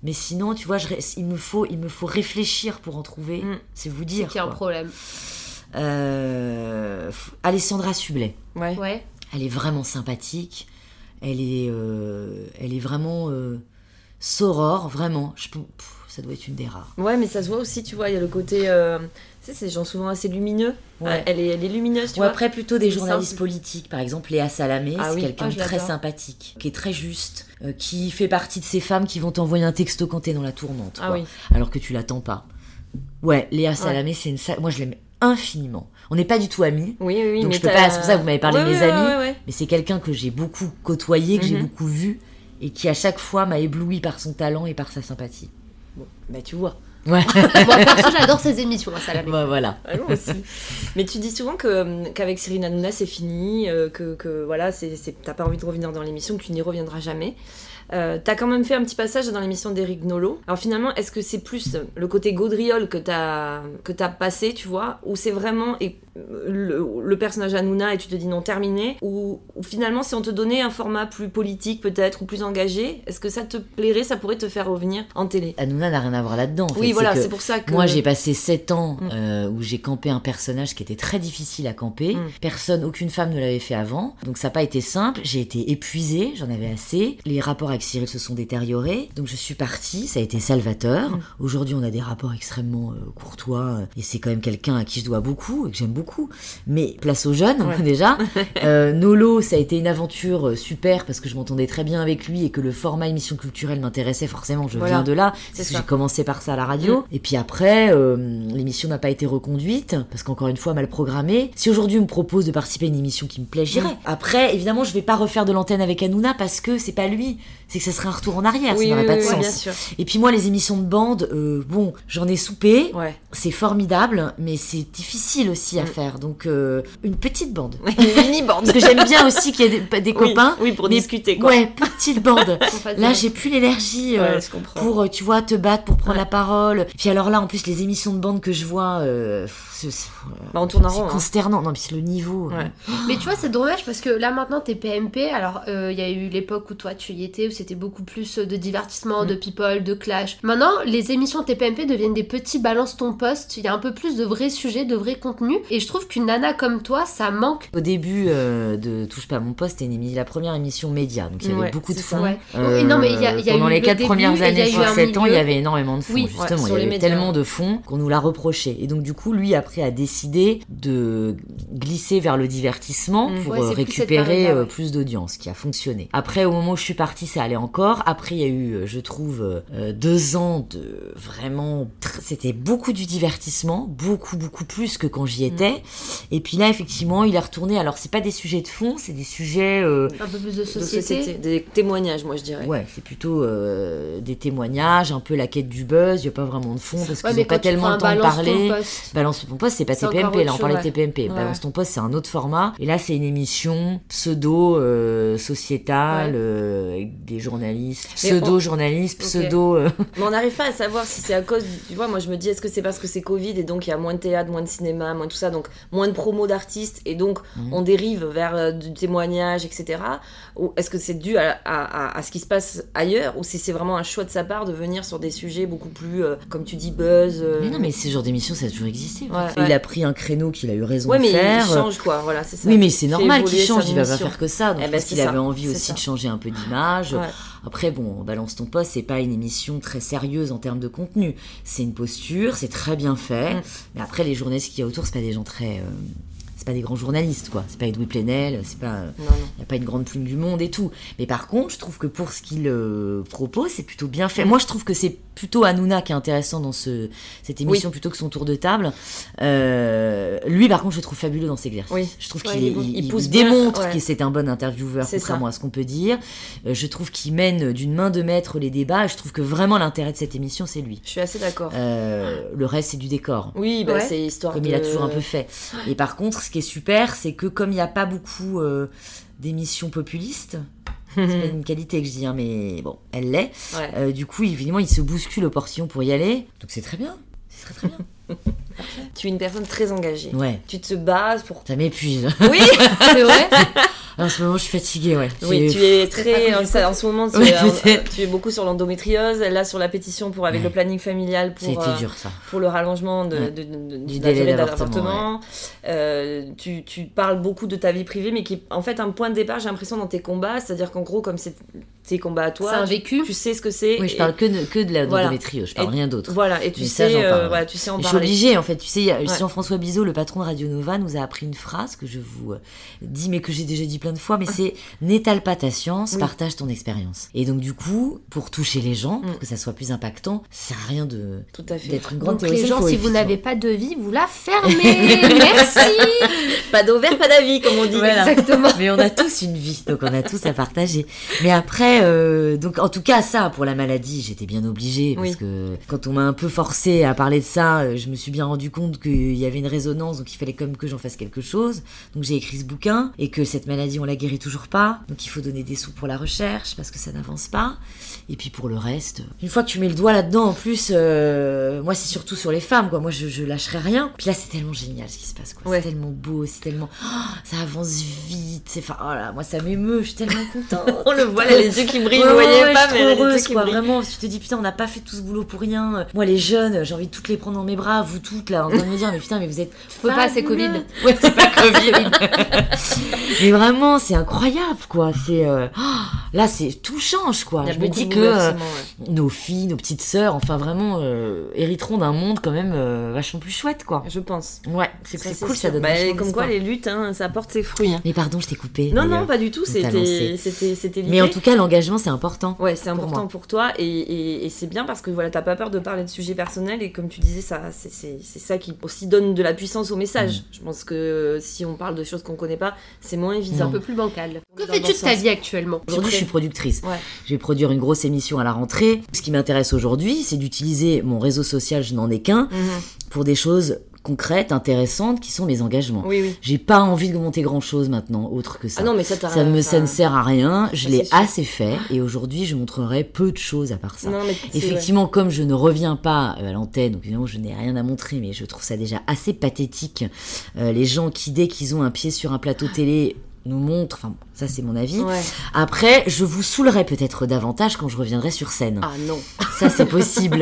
S5: Mais sinon, tu vois, je ré- il, me faut, il me faut réfléchir pour en trouver.
S6: Mm.
S5: C'est vous
S4: C'est
S5: dire.
S4: qu'il y a un
S5: quoi.
S4: problème.
S5: Euh, f- Alessandra Sublet.
S6: Ouais.
S4: Ouais.
S5: Elle est vraiment sympathique. Elle est, euh, elle est vraiment euh, soror, vraiment. Je, peux- pff, ça doit être une des rares.
S1: Ouais, mais ça se voit aussi, tu vois, il y a le côté. euh, Tu sais, c'est des gens souvent assez lumineux.
S5: Ouais.
S1: Elle, est, elle est lumineuse, tu
S5: Ou
S1: vois.
S5: après plutôt des
S1: Simple.
S5: journalistes politiques, par exemple Léa Salamé,
S1: Ah
S5: c'est
S1: oui.
S5: quelqu'un
S4: Ah,
S5: de
S4: je
S5: très
S4: l'adore.
S5: sympathique, qui est très juste, euh, qui fait partie de ces femmes qui vont t'envoyer un texto quand t'es dans la tourmente,
S1: ah
S5: quoi,
S1: oui.
S5: alors que tu l'attends pas. Ouais, Léa Salamé, c'est une, sa- moi je l'aime infiniment. On n'est pas du tout amis,
S1: Oui, oui, oui.
S5: Donc
S1: mais
S5: je peux
S1: t'as-
S5: pas- c'est pour ça que vous m'avez parlé de
S1: Ouais,
S5: mes
S1: ouais,
S5: amis.
S1: Ouais, ouais, ouais.
S5: mais c'est quelqu'un que j'ai beaucoup côtoyé, que j'ai
S1: Mhm.
S5: beaucoup vu, et qui à chaque fois m'a ébloui par son talent et par sa sympathie.
S1: Bon, bah, tu vois.
S5: Ouais,
S4: Moi, perso, j'adore ces émissions à Salamé.
S5: bah, voilà.
S1: Ah, moi aussi. mais tu dis souvent que, euh, qu'avec Cyril Hanouna, c'est fini, euh, que, que voilà, c'est, c'est- t'as pas envie de revenir dans l'émission, que tu n'y reviendras jamais. Euh, t'as quand même fait un petit passage dans l'émission d'Éric Nolot. Alors finalement, est-ce que c'est plus le côté gaudriole que t'as, que t'as passé, tu vois, ou c'est vraiment et, euh, le, le personnage Hanouna et tu te dis non, terminé, ou, ou finalement, si on te donnait un format plus politique peut-être, ou plus engagé, est-ce que ça te plairait, ça pourrait te faire revenir en télé
S5: Hanouna n'a rien à voir là-dedans. en fait.
S1: Oui, voilà,
S5: que-
S1: c'est pour ça que...
S5: Moi, j'ai passé 7 ans
S1: Mm.
S5: euh, où j'ai campé un personnage qui était très difficile à camper.
S1: Mm.
S5: Personne, aucune femme ne l'avait fait avant. Donc, ça n'a pas été simple. J'ai été épuisée, j'en avais assez. Les rapports avec Cyril se sont détériorés. Donc, je suis partie. Ça a été salvateur.
S1: Mm.
S5: Aujourd'hui, on a des rapports extrêmement euh, courtois. euh, Et c'est quand même quelqu'un à qui je dois beaucoup et que j'aime beaucoup. Mais place aux jeunes,
S1: Ouais.
S5: déjà. Euh, Nolo, ça a été une aventure euh, super parce que je m'entendais très bien avec lui et que le format émission culturelle m'intéressait forcément. Je
S1: Voilà.
S5: viens de là.
S1: C'est
S5: C'est ce
S1: ça. Mm.
S5: que j'ai commencé par ça à la radio. Et puis après, euh, l'émission n'a pas été reconduite parce qu'encore une fois, mal programmée. Si aujourd'hui on me propose de participer à une émission qui me plaît, j'irai.
S1: Mm.
S5: Après, évidemment, je vais pas refaire de l'antenne avec Hanouna parce que c'est pas lui. C'est que ça serait un retour en arrière.
S1: oui,
S5: ça n'aurait
S1: oui,
S5: pas de
S1: oui,
S5: sens.
S1: bien sûr.
S5: Et puis moi, les émissions de bande, euh, bon, j'en ai soupé.
S1: Ouais.
S5: C'est formidable, mais c'est difficile aussi à
S1: Mm.
S5: faire. Donc, euh, une petite bande.
S1: mini bande.
S5: Parce que j'aime bien aussi qu'il y ait des, des copains.
S1: Oui, pour
S5: mais-
S1: discuter, quoi.
S5: Ouais, petite bande.
S4: qu'on fasse
S5: Là,
S4: des-
S5: j'ai plus l'énergie. euh,
S1: Ouais, je comprends.
S5: pour euh, tu vois te battre pour prendre
S1: Ouais.
S5: la parole puis alors là en plus les émissions de bande que je vois euh, pff, c'est c'est-
S1: Bah, on tourne en
S5: c'est
S1: rond. hein.
S5: consternant non mais c'est le niveau euh.
S1: Ouais.
S4: Mais tu vois, c'est dommage parce que là maintenant t'es PMP. Alors euh, il y a eu l'époque où toi tu y étais, où c'était beaucoup plus euh, de divertissement,
S5: Mm.
S4: de people, de clash. Maintenant, les émissions TPMP deviennent des petits balance ton poste. Il y a un peu plus de vrais sujets, de vrais contenus. Et je trouve qu'une nana comme toi, ça manque.
S5: au début euh, de touche pas à mon poste c'était une émi- la première émission média donc il y avait
S1: Ouais,
S5: beaucoup de
S1: c'est
S5: fonds
S1: ça.
S4: Ouais. Et non, mais il y a- il y a
S5: Euh, pendant
S4: eu
S5: les
S4: le
S5: quatre
S4: début et
S5: premières
S4: il y a
S5: années
S4: eu
S5: sur
S4: un
S5: 7 ans il y
S4: milieu.
S5: avait énormément de fonds
S4: Oui, ouais,
S5: justement
S1: sur les
S5: il y avait
S1: médias.
S5: tellement de fonds qu'on nous l'a reproché et donc du coup lui après a décidé de glisser vers le divertissement
S1: Mm.
S5: pour
S4: Ouais,
S5: euh,
S4: c'est plus cette
S5: récupérer
S4: période-là,
S5: euh,
S4: ouais.
S5: plus d'audience ce qui a fonctionné après au moment où je suis partie ça allait encore après il y a eu euh, je trouve euh, euh, deux ans de vraiment tr- c'était beaucoup du divertissement beaucoup beaucoup plus que quand j'y
S4: Mm.
S5: étais et puis là effectivement il est retourné alors c'est pas des sujets de fond c'est des sujets euh,
S4: Un peu plus de
S1: De
S4: société.
S1: société, des témoignages, moi je dirais.
S5: Ouais, c'est plutôt euh, des témoignages, un peu la quête du buzz, il n'y a pas vraiment de fond parce
S4: Ouais,
S5: qu'ils
S4: mais
S5: n'ont pas
S4: quand tu
S5: tellement
S4: prends
S5: le
S4: un
S5: temps de
S4: balance ton
S5: parler.
S4: poste,
S5: Balance ton poste, c'est pas
S4: C'est encore
S5: TPMP,
S4: autre
S5: là on
S4: chose,
S5: parlait
S4: ouais.
S5: de TPMP.
S1: Ouais.
S5: Balance ton poste, c'est un autre format. Et là, c'est une émission pseudo euh, sociétale
S4: Ouais.
S5: euh, avec des journalistes,
S1: Mais
S5: pseudo journalistes,
S1: Ok.
S5: pseudo. euh,
S1: Mais on n'arrive pas à savoir si c'est à cause. du- Tu vois, moi je me dis, est-ce que c'est parce que c'est Covid et donc il y a moins de théâtre, moins de cinéma, moins tout ça, donc moins de promos d'artistes et donc
S5: Mhm.
S1: on dérive vers euh, du témoignage, etc. Ou est-ce que c'est dû à, à- à- à ce qui se passe ailleurs ou si c'est vraiment un choix de sa part de venir sur des sujets beaucoup plus, euh, comme tu dis, buzz. euh,
S5: Mais non, mais ce genre d'émission, ça a toujours existé. en
S1: Ouais,
S5: fait.
S1: ouais.
S5: Il a pris un créneau qu'il a eu raison
S1: Ouais,
S5: de
S1: mais
S5: faire. euh,
S1: il change quoi, voilà, c'est ça.
S5: Oui, mais c'est
S1: Fait
S5: normal qu'il
S1: évoluer sa
S5: change, il va pas
S1: mission.
S5: faire que ça. Donc,
S1: Eh ben,
S5: parce
S1: c'est
S5: qu'il
S1: ça,
S5: avait envie
S1: c'est
S5: aussi
S1: ça.
S5: de changer un peu d'image.
S1: Ouais.
S5: Après, bon, Balance ton poste, c'est pas une émission très sérieuse en termes de contenu. C'est une posture, c'est très bien fait.
S1: Mm.
S5: Mais après, les journalistes qu'il y a autour, c'est pas des gens très. euh, c'est pas des grands journalistes, quoi. C'est pas Edoui Plenel, c'est pas. euh,
S1: Non, non.
S5: Il n'y a pas une grande plume du monde et tout. Mais par contre, je trouve que pour ce qu'il euh, propose, c'est plutôt bien fait. Moi, je trouve que c'est plutôt Hanouna qui est intéressant dans ce, cette émission plutôt que son tour de table. Euh, lui, par contre, je le trouve fabuleux dans ses exercices.
S1: Oui.
S5: Je trouve
S1: Ouais,
S5: qu'il
S1: il
S5: est-
S1: est bon.
S5: il,
S1: Il
S5: il
S1: pousse bien,
S5: démontre
S1: ouais.
S5: que c'est un bon intervieweur,
S1: C'est ça.
S5: contrairement à ce qu'on peut dire. Euh, je trouve qu'il mène d'une main de maître les débats. et Je trouve que vraiment l'intérêt de cette émission, c'est lui.
S1: Je suis assez d'accord.
S5: Euh, le reste, c'est du décor
S1: Oui, bah,
S4: Ouais.
S1: c'est histoire
S5: comme
S1: de.
S5: il a toujours un peu fait. Et par contre, ce qui est super, c'est que comme il n'y a pas beaucoup euh, d'émissions populistes, c'est pas une qualité que je dis, hein, mais bon, elle l'est.
S1: Mhm. Ouais.
S5: Euh, du coup, évidemment, il se bouscule aux portions pour y aller. Donc c'est très bien. C'est très très bien.
S1: tu es une personne très engagée.
S5: Ouais,
S1: Tu te bases pour.
S5: ça m'épuise.
S1: Oui,
S4: C'est vrai
S5: en ce moment, je suis fatiguée, ouais.
S1: oui
S5: J'ai-
S1: tu es
S4: C'est
S1: très.
S4: pas
S1: En,
S4: cool, du
S1: en ce moment, tu,
S5: Oui,
S1: es, en- euh,
S5: peut-être.
S1: tu es beaucoup sur l'endométriose, là sur la pétition pour, avec
S5: Ouais.
S1: le planning familial pour.
S5: C'était
S1: euh,
S5: dur, ça.
S1: pour le rallongement de,
S5: Ouais.
S1: de- de-
S5: Du
S1: de la
S5: délai
S1: durée
S5: d'avortement,
S1: d'avortement. Euh, tu, tu parles beaucoup de ta vie privée, mais qui est en fait un point de départ, j'ai l'impression, dans tes combats. C'est-à-dire qu'en gros, comme c'est tes combats à
S4: C'est
S1: toi,
S4: un
S1: tu,
S4: vécu.
S1: tu sais ce que c'est.
S5: Oui, je
S1: et-
S5: parle que de, que de la
S1: Voilà.
S5: endométriose, je parle
S1: Et-
S5: rien d'autre.
S1: Voilà, et tu
S5: Mais ça,
S1: sais,
S5: j'en
S1: euh,
S5: parle.
S1: voilà, tu sais en
S5: Et Je suis
S1: parler.
S5: obligée, en fait. Tu sais, il y a-
S1: Ouais.
S5: Jean-François Bizot, le patron de Radio Nova, nous a appris une phrase que je vous euh, dis, mais que j'ai déjà dit plein de fois, mais c'est « N'étale pas ta science,
S1: Oui.
S5: partage ton expérience ». Et donc, du coup, pour toucher les gens,
S1: Mm.
S5: pour que ça soit plus impactant, ça sert à rien de
S1: Tout à fait.
S5: d'être une grande
S4: Donc les
S5: théoricienne,
S4: gens,
S5: faut
S4: si vous
S5: effectivement-
S4: n'avez pas de vie, vous la fermez. Merci.
S1: Pas d'ovaire, pas d'avis, comme on dit.
S5: Voilà.
S4: Exactement.
S5: Mais on a tous une vie, donc on a tous à partager. Mais après, euh, donc en tout cas ça pour la maladie, j'étais bien obligée parce
S1: Oui.
S5: que quand on m'a un peu forcé à parler de ça, euh, je me suis bien rendu compte qu'il y avait une résonance, donc il fallait quand même que j'en fasse quelque chose. Donc j'ai écrit ce bouquin et que cette maladie on la guérit toujours pas, donc il faut donner des sous pour la recherche parce que ça n'avance pas. Et puis pour le reste, une fois que tu mets le doigt là-dedans, en plus, euh, moi c'est surtout sur les femmes, quoi. Moi je, je lâcherai rien. Puis là c'est tellement génial ce qui se passe, quoi.
S1: Ouais.
S5: C'est tellement beau, c'est tellement, Ah, ça avance vite. C'est, enfin, oh là, moi ça m'émeut, je suis tellement contente.
S1: On le voit, elle a les yeux qui brillent,
S5: Ouais,
S1: vous voyez
S5: ouais,
S1: pas,
S5: je
S1: mais
S5: suis
S1: elle a
S5: trop
S1: les yeux
S5: heureuse,
S1: qui
S5: quoi.
S1: brillent.
S5: Vraiment, tu te dis, putain, on n'a pas fait tout ce boulot pour rien. Moi, les jeunes, j'ai envie de toutes les prendre dans mes bras, vous toutes, là, en train de me dire, mais putain, mais vous êtes.
S4: Faut pas, c'est
S5: fabuleuses.
S4: Covid.
S5: Ouais, c'est pas Covid. mais vraiment, c'est incroyable, quoi. C'est. euh, oh, là, c'est. Tout change, quoi.
S1: Il y a
S5: Je me
S1: beaucoup
S5: dis
S1: de
S5: que euh,
S1: bouleversements, ouais.
S5: nos filles, nos petites sœurs, enfin, vraiment, euh, hériteront d'un monde quand même euh, vachement plus chouette, quoi.
S1: Je pense.
S5: Ouais, c'est
S1: Ça,
S5: c'est cool, ça
S1: sûr.
S5: donne
S1: Bah,
S5: vachement
S1: Comme quoi,
S5: d'espoir.
S1: les luttes, hein, ça porte ses fruits. hein.
S5: Mais pardon, je t'ai coupé.
S1: Non,
S5: d'ailleurs.
S1: non, pas du tout,
S5: on t'a
S1: c'était
S5: lancé.
S1: c'était- c'était l'idée.
S5: Mais en tout cas, l'engagement, c'est important.
S1: Ouais, c'est
S5: pour
S1: important
S5: moi.
S1: pour, toi et, et- et c'est bien parce que voilà, t'as pas peur de parler de sujets personnels et comme tu disais, ça, c'est c'est- c'est ça qui aussi donne de la puissance au
S5: Mm.
S1: message. Je pense que si on parle de choses qu'on connaît pas, c'est moins
S4: C'est
S1: évident.
S4: un peu plus bancal. Que
S1: Dans
S4: fais-tu
S1: le
S4: de ta
S1: sens.
S4: vie actuellement
S5: Aujourd'hui, je suis productrice.
S1: Ouais.
S5: Je vais produire une grosse émission à la rentrée. Ce qui m'intéresse aujourd'hui, c'est d'utiliser mon réseau social, je n'en ai qu'un,
S1: Mhm.
S5: pour des choses concrètes, intéressantes, qui sont mes engagements.
S1: Oui, oui.
S5: J'ai pas envie de monter grand chose maintenant, autre que ça.
S1: Ah non, mais ça, t'as
S5: ça, me, ça ne sert à rien, je
S1: Ça,
S5: l'ai
S1: c'est sûr.
S5: assez fait, et aujourd'hui, je montrerai peu de choses à part ça.
S1: Non, mais c'est-
S5: Effectivement, comme je ne reviens pas euh, à l'antenne, donc évidemment je n'ai rien à montrer, mais je trouve ça déjà assez pathétique. euh, les gens qui, dès qu'ils ont un pied sur un plateau télé, nous montrent, enfin ça c'est mon avis.
S1: ouais. Ouais.
S5: Après, je vous saoulerai peut-être davantage quand je reviendrai sur scène.
S1: Ah non.
S5: Ça c'est possible,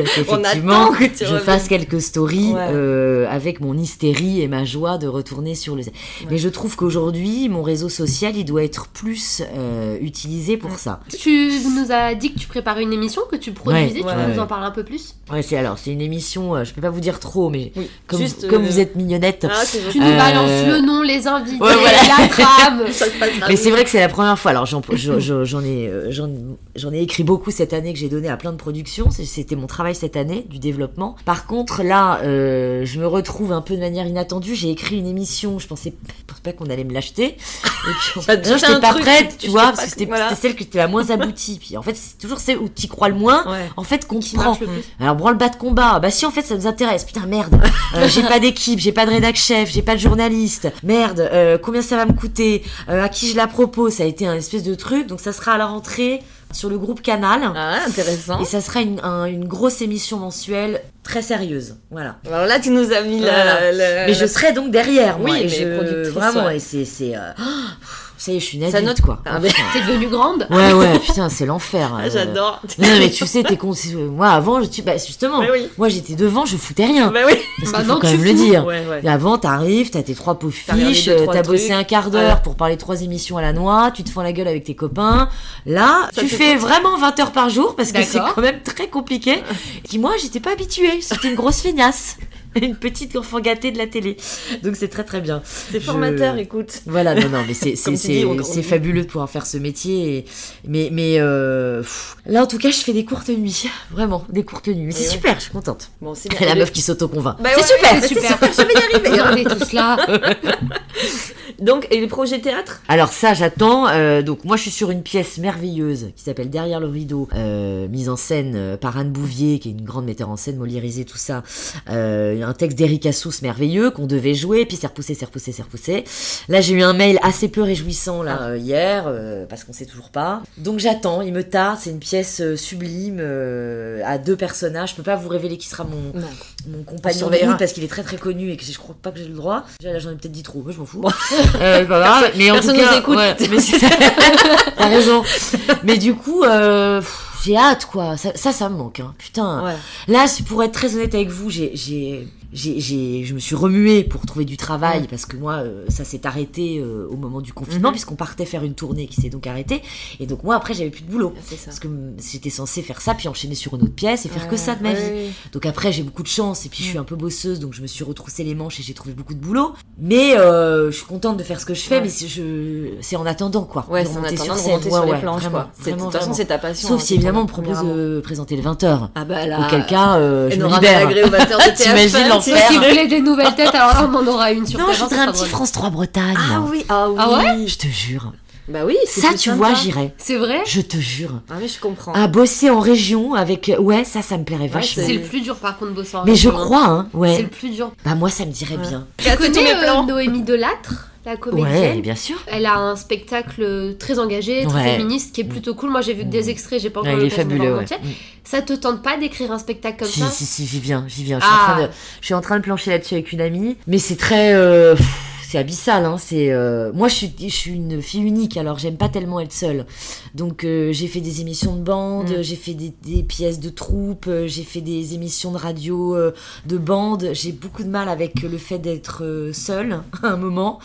S1: On
S5: qu'effectivement
S1: attend que tu
S5: je
S1: reviennes.
S5: fasse quelques stories
S1: Ouais.
S5: euh, avec mon hystérie et ma joie de retourner sur le. Mais je trouve qu'aujourd'hui, mon réseau social, il doit être plus euh, utilisé pour ça.
S4: Tu nous as dit que tu préparais une émission, que tu produisais, tu
S1: Ouais,
S4: peux
S5: ouais,
S4: nous en
S5: ouais.
S4: parler un peu plus
S5: Ouais, c'est alors, c'est une émission, euh, je peux pas vous dire trop, mais
S1: Oui.
S5: comme,
S1: Juste,
S5: comme
S1: euh,
S5: vous êtes mignonnette.
S1: Ah, c'est
S4: Tu nous
S5: Euh,
S4: balances le nom, les invités,
S5: ouais, voilà.
S4: la trame.
S1: ça se passe
S5: Mais c'est vrai que c'est la première fois. Alors j'en je- je- j'en ai euh, j'en j'en ai écrit beaucoup cette année que j'ai donné à plein de productions. C'est- C'était mon travail cette année du développement. Par contre là, euh, je me retrouve un peu de manière inattendue. J'ai écrit une émission. Je pensais, je pensais pas qu'on allait me l'acheter. Et puis,
S1: Ça te
S5: non,
S1: fait
S5: j'étais
S1: un
S5: pas
S1: truc,
S5: prête,
S1: tu
S5: tu vois,
S1: sais
S5: parce
S1: pas
S5: que c'était
S1: que- voilà.
S5: c'était celle que t'es la moins aboutie. Puis en fait, c'est toujours celle où t'y crois le moins.
S1: Ouais.
S5: En fait, qu'on te
S4: Qui
S5: prend.
S4: marche le plus.
S5: Alors branle bas de combat, bah si en fait ça nous intéresse, putain merde, Euh, j'ai pas d'équipe, j'ai pas de rédac chef, j'ai pas de journaliste, merde, euh, combien ça va me coûter, Euh, à qui je la propose, ça a été un espèce de truc, donc ça sera à la rentrée sur le groupe Canal,
S1: Ah, intéressant.
S5: et ça sera une, un- une grosse émission mensuelle très sérieuse, voilà.
S1: Alors là, tu nous as mis la-
S5: Voilà.
S1: la.
S5: Mais je serai donc derrière, moi,
S1: Euh, Oui,
S5: et
S1: mais
S5: je-
S1: productrice,
S5: vraiment,
S1: ouais.
S5: et c'est, c'est, euh, ça y est, je suis une
S1: Ça
S5: adulte,
S1: note-
S5: quoi.
S1: Ah, mais-
S4: T'es devenue grande.
S5: Ouais, ouais, putain, c'est l'enfer.
S1: Ah,
S5: euh.
S1: J'adore.
S5: Non, mais tu sais, t'es con. Moi, avant, je- tu- bah, justement,
S1: Bah oui.
S5: moi j'étais devant, je foutais rien.
S1: Bah oui.
S5: Parce qu'il
S4: Maintenant,
S5: faut quand
S4: tu
S5: même le
S4: fous.
S5: dire.
S1: Ouais, ouais.
S5: Et Avant, t'arrives, t'as tes trois pauvres
S1: T'as regardé
S5: fiches,
S1: deux, trois
S5: t'as bossé
S1: trucs.
S5: un quart d'heure pour parler trois émissions à la noix, tu te fends la gueule avec tes copains. Là,
S1: Ça
S5: tu
S1: te
S5: fais vraiment 20 heures par jour parce que c'est
S4: D'accord.
S5: quand même très compliqué. Qui moi, j'étais pas habituée. C'était une grosse feignasse. Une petite enfant gâtée de la télé. Donc c'est très très bien.
S1: C'est formateur, écoute.
S5: Voilà, non, non, mais c'est c'est-
S1: Comme tu dis, on
S5: c'est-
S1: grandit.
S5: c'est fabuleux de pouvoir faire ce métier. et- mais mais euh, pff, là, en tout cas, je fais des courtes nuits. Vraiment, des courtes nuits. Mais
S1: Et
S5: c'est
S1: ouais.
S5: super, je suis contente.
S1: Bon, c'est
S5: La
S1: Le-
S5: meuf qui s'autoconvainc.
S1: Bah
S5: c'est
S1: ouais,
S5: super,
S1: ouais,
S5: c'est
S4: super.
S5: super, je vais y arriver.
S4: Regardez tout cela.
S1: Donc, et les projets théâtre
S5: Alors ça, j'attends. Euh, donc moi, je suis sur une pièce merveilleuse qui s'appelle Derrière le rideau, euh, mise en scène euh, par Anne Bouvier, qui est une grande metteur en scène, Moliérisée, tout ça. Euh, un texte d'Eric Assous merveilleux qu'on devait jouer, puis c'est repoussé, c'est repoussé, c'est repoussé. Là, j'ai eu un mail assez peu réjouissant là
S1: Ah.
S5: euh, hier, euh, parce qu'on sait toujours pas. Donc j'attends. Il me tarde. C'est une pièce euh, sublime euh, à deux personnages. Je peux pas vous révéler qui sera mon
S1: Non.
S5: mon
S1: On
S5: compagnon de
S1: surveillera.
S5: route parce qu'il est très très connu et que je je crois pas que j'ai le droit. Déjà là j'en ai peut-être dit trop, mais je m'en fous. Euh, pas grave, mais en
S1: personne
S5: tout cas,
S1: nous écoute.
S5: ouais, mais c'est- T'as raison. Mais du coup, euh, pff, j'ai hâte quoi. Ça, ça, ça me manque. Hein. Putain.
S1: Ouais.
S5: Là, si- pour être très honnête avec vous, j'ai, j'ai, j'ai, j'ai- je me suis remuée pour trouver du travail parce que moi, euh, ça s'est arrêté euh, au moment du confinement
S1: Mhm.
S5: puisqu'on partait faire une tournée qui s'est donc arrêtée. Et donc moi, après, j'avais plus de boulot.
S1: C'est ça.
S5: Parce que mm, j'étais censée faire ça, puis enchaîner sur une autre pièce et faire que ça de ma vie. Donc après, j'ai beaucoup de chance et puis je suis un peu bosseuse, donc je me suis retroussé les manches et j'ai trouvé beaucoup de boulot. Mais euh, je suis contente de faire ce que je fais,
S1: Ouais.
S5: mais c'est- je... c'est en attendant quoi.
S1: Ouais,
S5: de
S1: c'est en
S5: remonter
S1: attendant de
S5: scène.
S1: remonter
S5: Ouais,
S1: sur les
S5: ouais,
S1: planches,
S5: vraiment,
S1: quoi. C'est- De
S5: vraiment,
S1: toute façon,
S5: vraiment.
S1: c'est ta passion. hein,
S5: Sauf si
S1: c'est ton
S5: évidemment on me
S1: première
S5: propose
S1: amour.
S5: de présenter le 20h.
S1: Ah bah là.
S5: Auquel cas, euh, je
S1: elle
S5: me
S1: aura
S5: libère.
S1: malagré au batteur de
S5: T'imagines
S1: TF1.
S5: l'enfer.
S4: Si vous voulez des nouvelles têtes, alors là on en aura une sur
S5: Non,
S4: Terre,
S5: je voudrais
S4: ça
S5: un
S4: sera
S5: petit
S4: drôle.
S5: France 3 Bretagne.
S1: Ah
S5: moi.
S1: oui, ah oui.
S4: Ah
S5: Je te jure.
S1: Bah oui, c'est
S5: Ça,
S1: plus
S5: tu
S1: sympa.
S5: vois, j'irais.
S4: C'est vrai
S5: Je te jure.
S1: Ah mais je comprends.
S5: À bosser en région avec. Ouais, ça, ça me plairait vachement.
S4: C'est le plus dur par contre bosser en
S5: Mais je
S4: région, hein.
S5: crois, hein.
S4: C'est
S5: Ouais.
S4: le plus dur.
S5: Bah, moi, ça me dirait bien.
S4: Tu
S1: Casser tous
S4: connais
S1: mes
S4: euh,
S1: plans.
S4: Noémie Delattre, la comédienne
S5: Ouais, bien sûr.
S4: Elle a un spectacle euh, très engagé, très
S5: Ouais. Mm.
S4: féministe, qui est plutôt cool. Moi, j'ai vu que des extraits, j'ai pas encore
S5: Ouais, il est
S4: l'occasion de voir
S5: fabuleux,
S4: en
S5: ouais.
S4: entier. Ça te tente pas d'écrire un spectacle comme
S5: Si,
S4: ça
S5: si, si, j'y viens, j'y viens. Je suis,
S4: Ah.
S5: en train de, je suis en train de plancher là-dessus avec une amie. Mais c'est très. euh, pff, c'est abyssal, hein. C'est, euh, moi, je suis, je suis une fille unique, alors j'aime pas tellement être seule. Donc, euh, j'ai fait des émissions de bande,
S1: Mm.
S5: j'ai fait des, des pièces de troupe, euh, j'ai fait des émissions de radio, euh, de bande. J'ai beaucoup de mal avec le fait d'être euh, seule à un moment,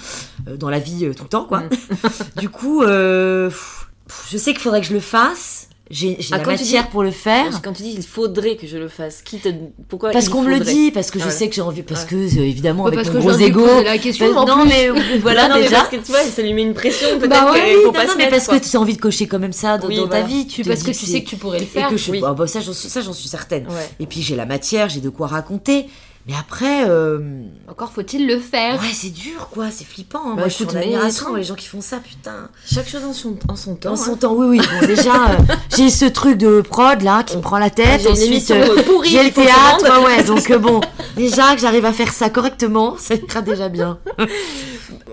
S5: euh, dans la vie euh, tout le temps, quoi.
S1: Mm.
S5: du coup, euh, pff, pff, je sais qu'il faudrait que je le fasse. J'ai j'ai
S1: Ah,
S5: la
S1: quand tu
S5: matière
S1: dis-
S5: pour le faire.
S1: Quand tu dis il faudrait que je le fasse, qui te pourquoi
S5: Parce
S1: il
S5: qu'on me le
S1: faudrait
S5: dit, parce que je
S1: Ouais.
S5: sais que j'ai envie, parce
S1: Ouais.
S5: que euh, évidemment
S4: Ouais,
S5: avec
S4: Bah, Parce
S5: mon
S4: que
S5: gros
S4: je viens de lui
S5: ego.
S4: poser la question.
S5: Bah,
S4: en
S5: non
S4: plus.
S5: mais euh, voilà
S1: non, mais
S5: déjà.
S1: parce que tu vois, ça lui met une pression peut-être
S4: Bah ouais,
S1: qu'il
S5: Oui,
S1: faut
S5: non,
S1: pas
S5: non,
S1: se
S5: mais
S1: mettre,
S5: parce
S1: quoi.
S5: que tu as envie de cocher quand même ça dans,
S1: Oui,
S5: dans
S1: voilà.
S5: ta vie, tu te
S4: Parce
S5: dis
S4: que tu
S5: c'est-
S4: sais que tu pourrais le
S5: et
S4: faire.
S5: que je,
S1: Oui.
S5: ah, bah, ça j'en suis, ça, j'en suis certaine.
S1: Ouais.
S5: Et puis j'ai la matière, j'ai de quoi raconter. Mais après, euh,
S4: Encore faut-il le faire.
S5: ouais, c'est dur quoi, c'est flippant. hein.
S1: Bah,
S5: Moi, je suis
S1: écoute,
S5: en
S1: mais
S5: admiration
S1: attends.
S5: les gens qui font ça, putain.
S1: Chaque chose en son, en son temps.
S5: Dans
S1: hein.
S5: son temps, oui, oui. Bon, déjà, euh, j'ai ce truc de prod là qui me prend la tête.
S1: J'ai une
S5: ensuite,
S1: émission
S5: euh,
S1: euh, pourrie.
S5: J'ai le
S1: qu'il faut que
S5: théâtre,
S1: je rende.
S5: ouais, ouais, donc euh, bon, déjà que j'arrive à faire ça correctement, ça ira déjà bien.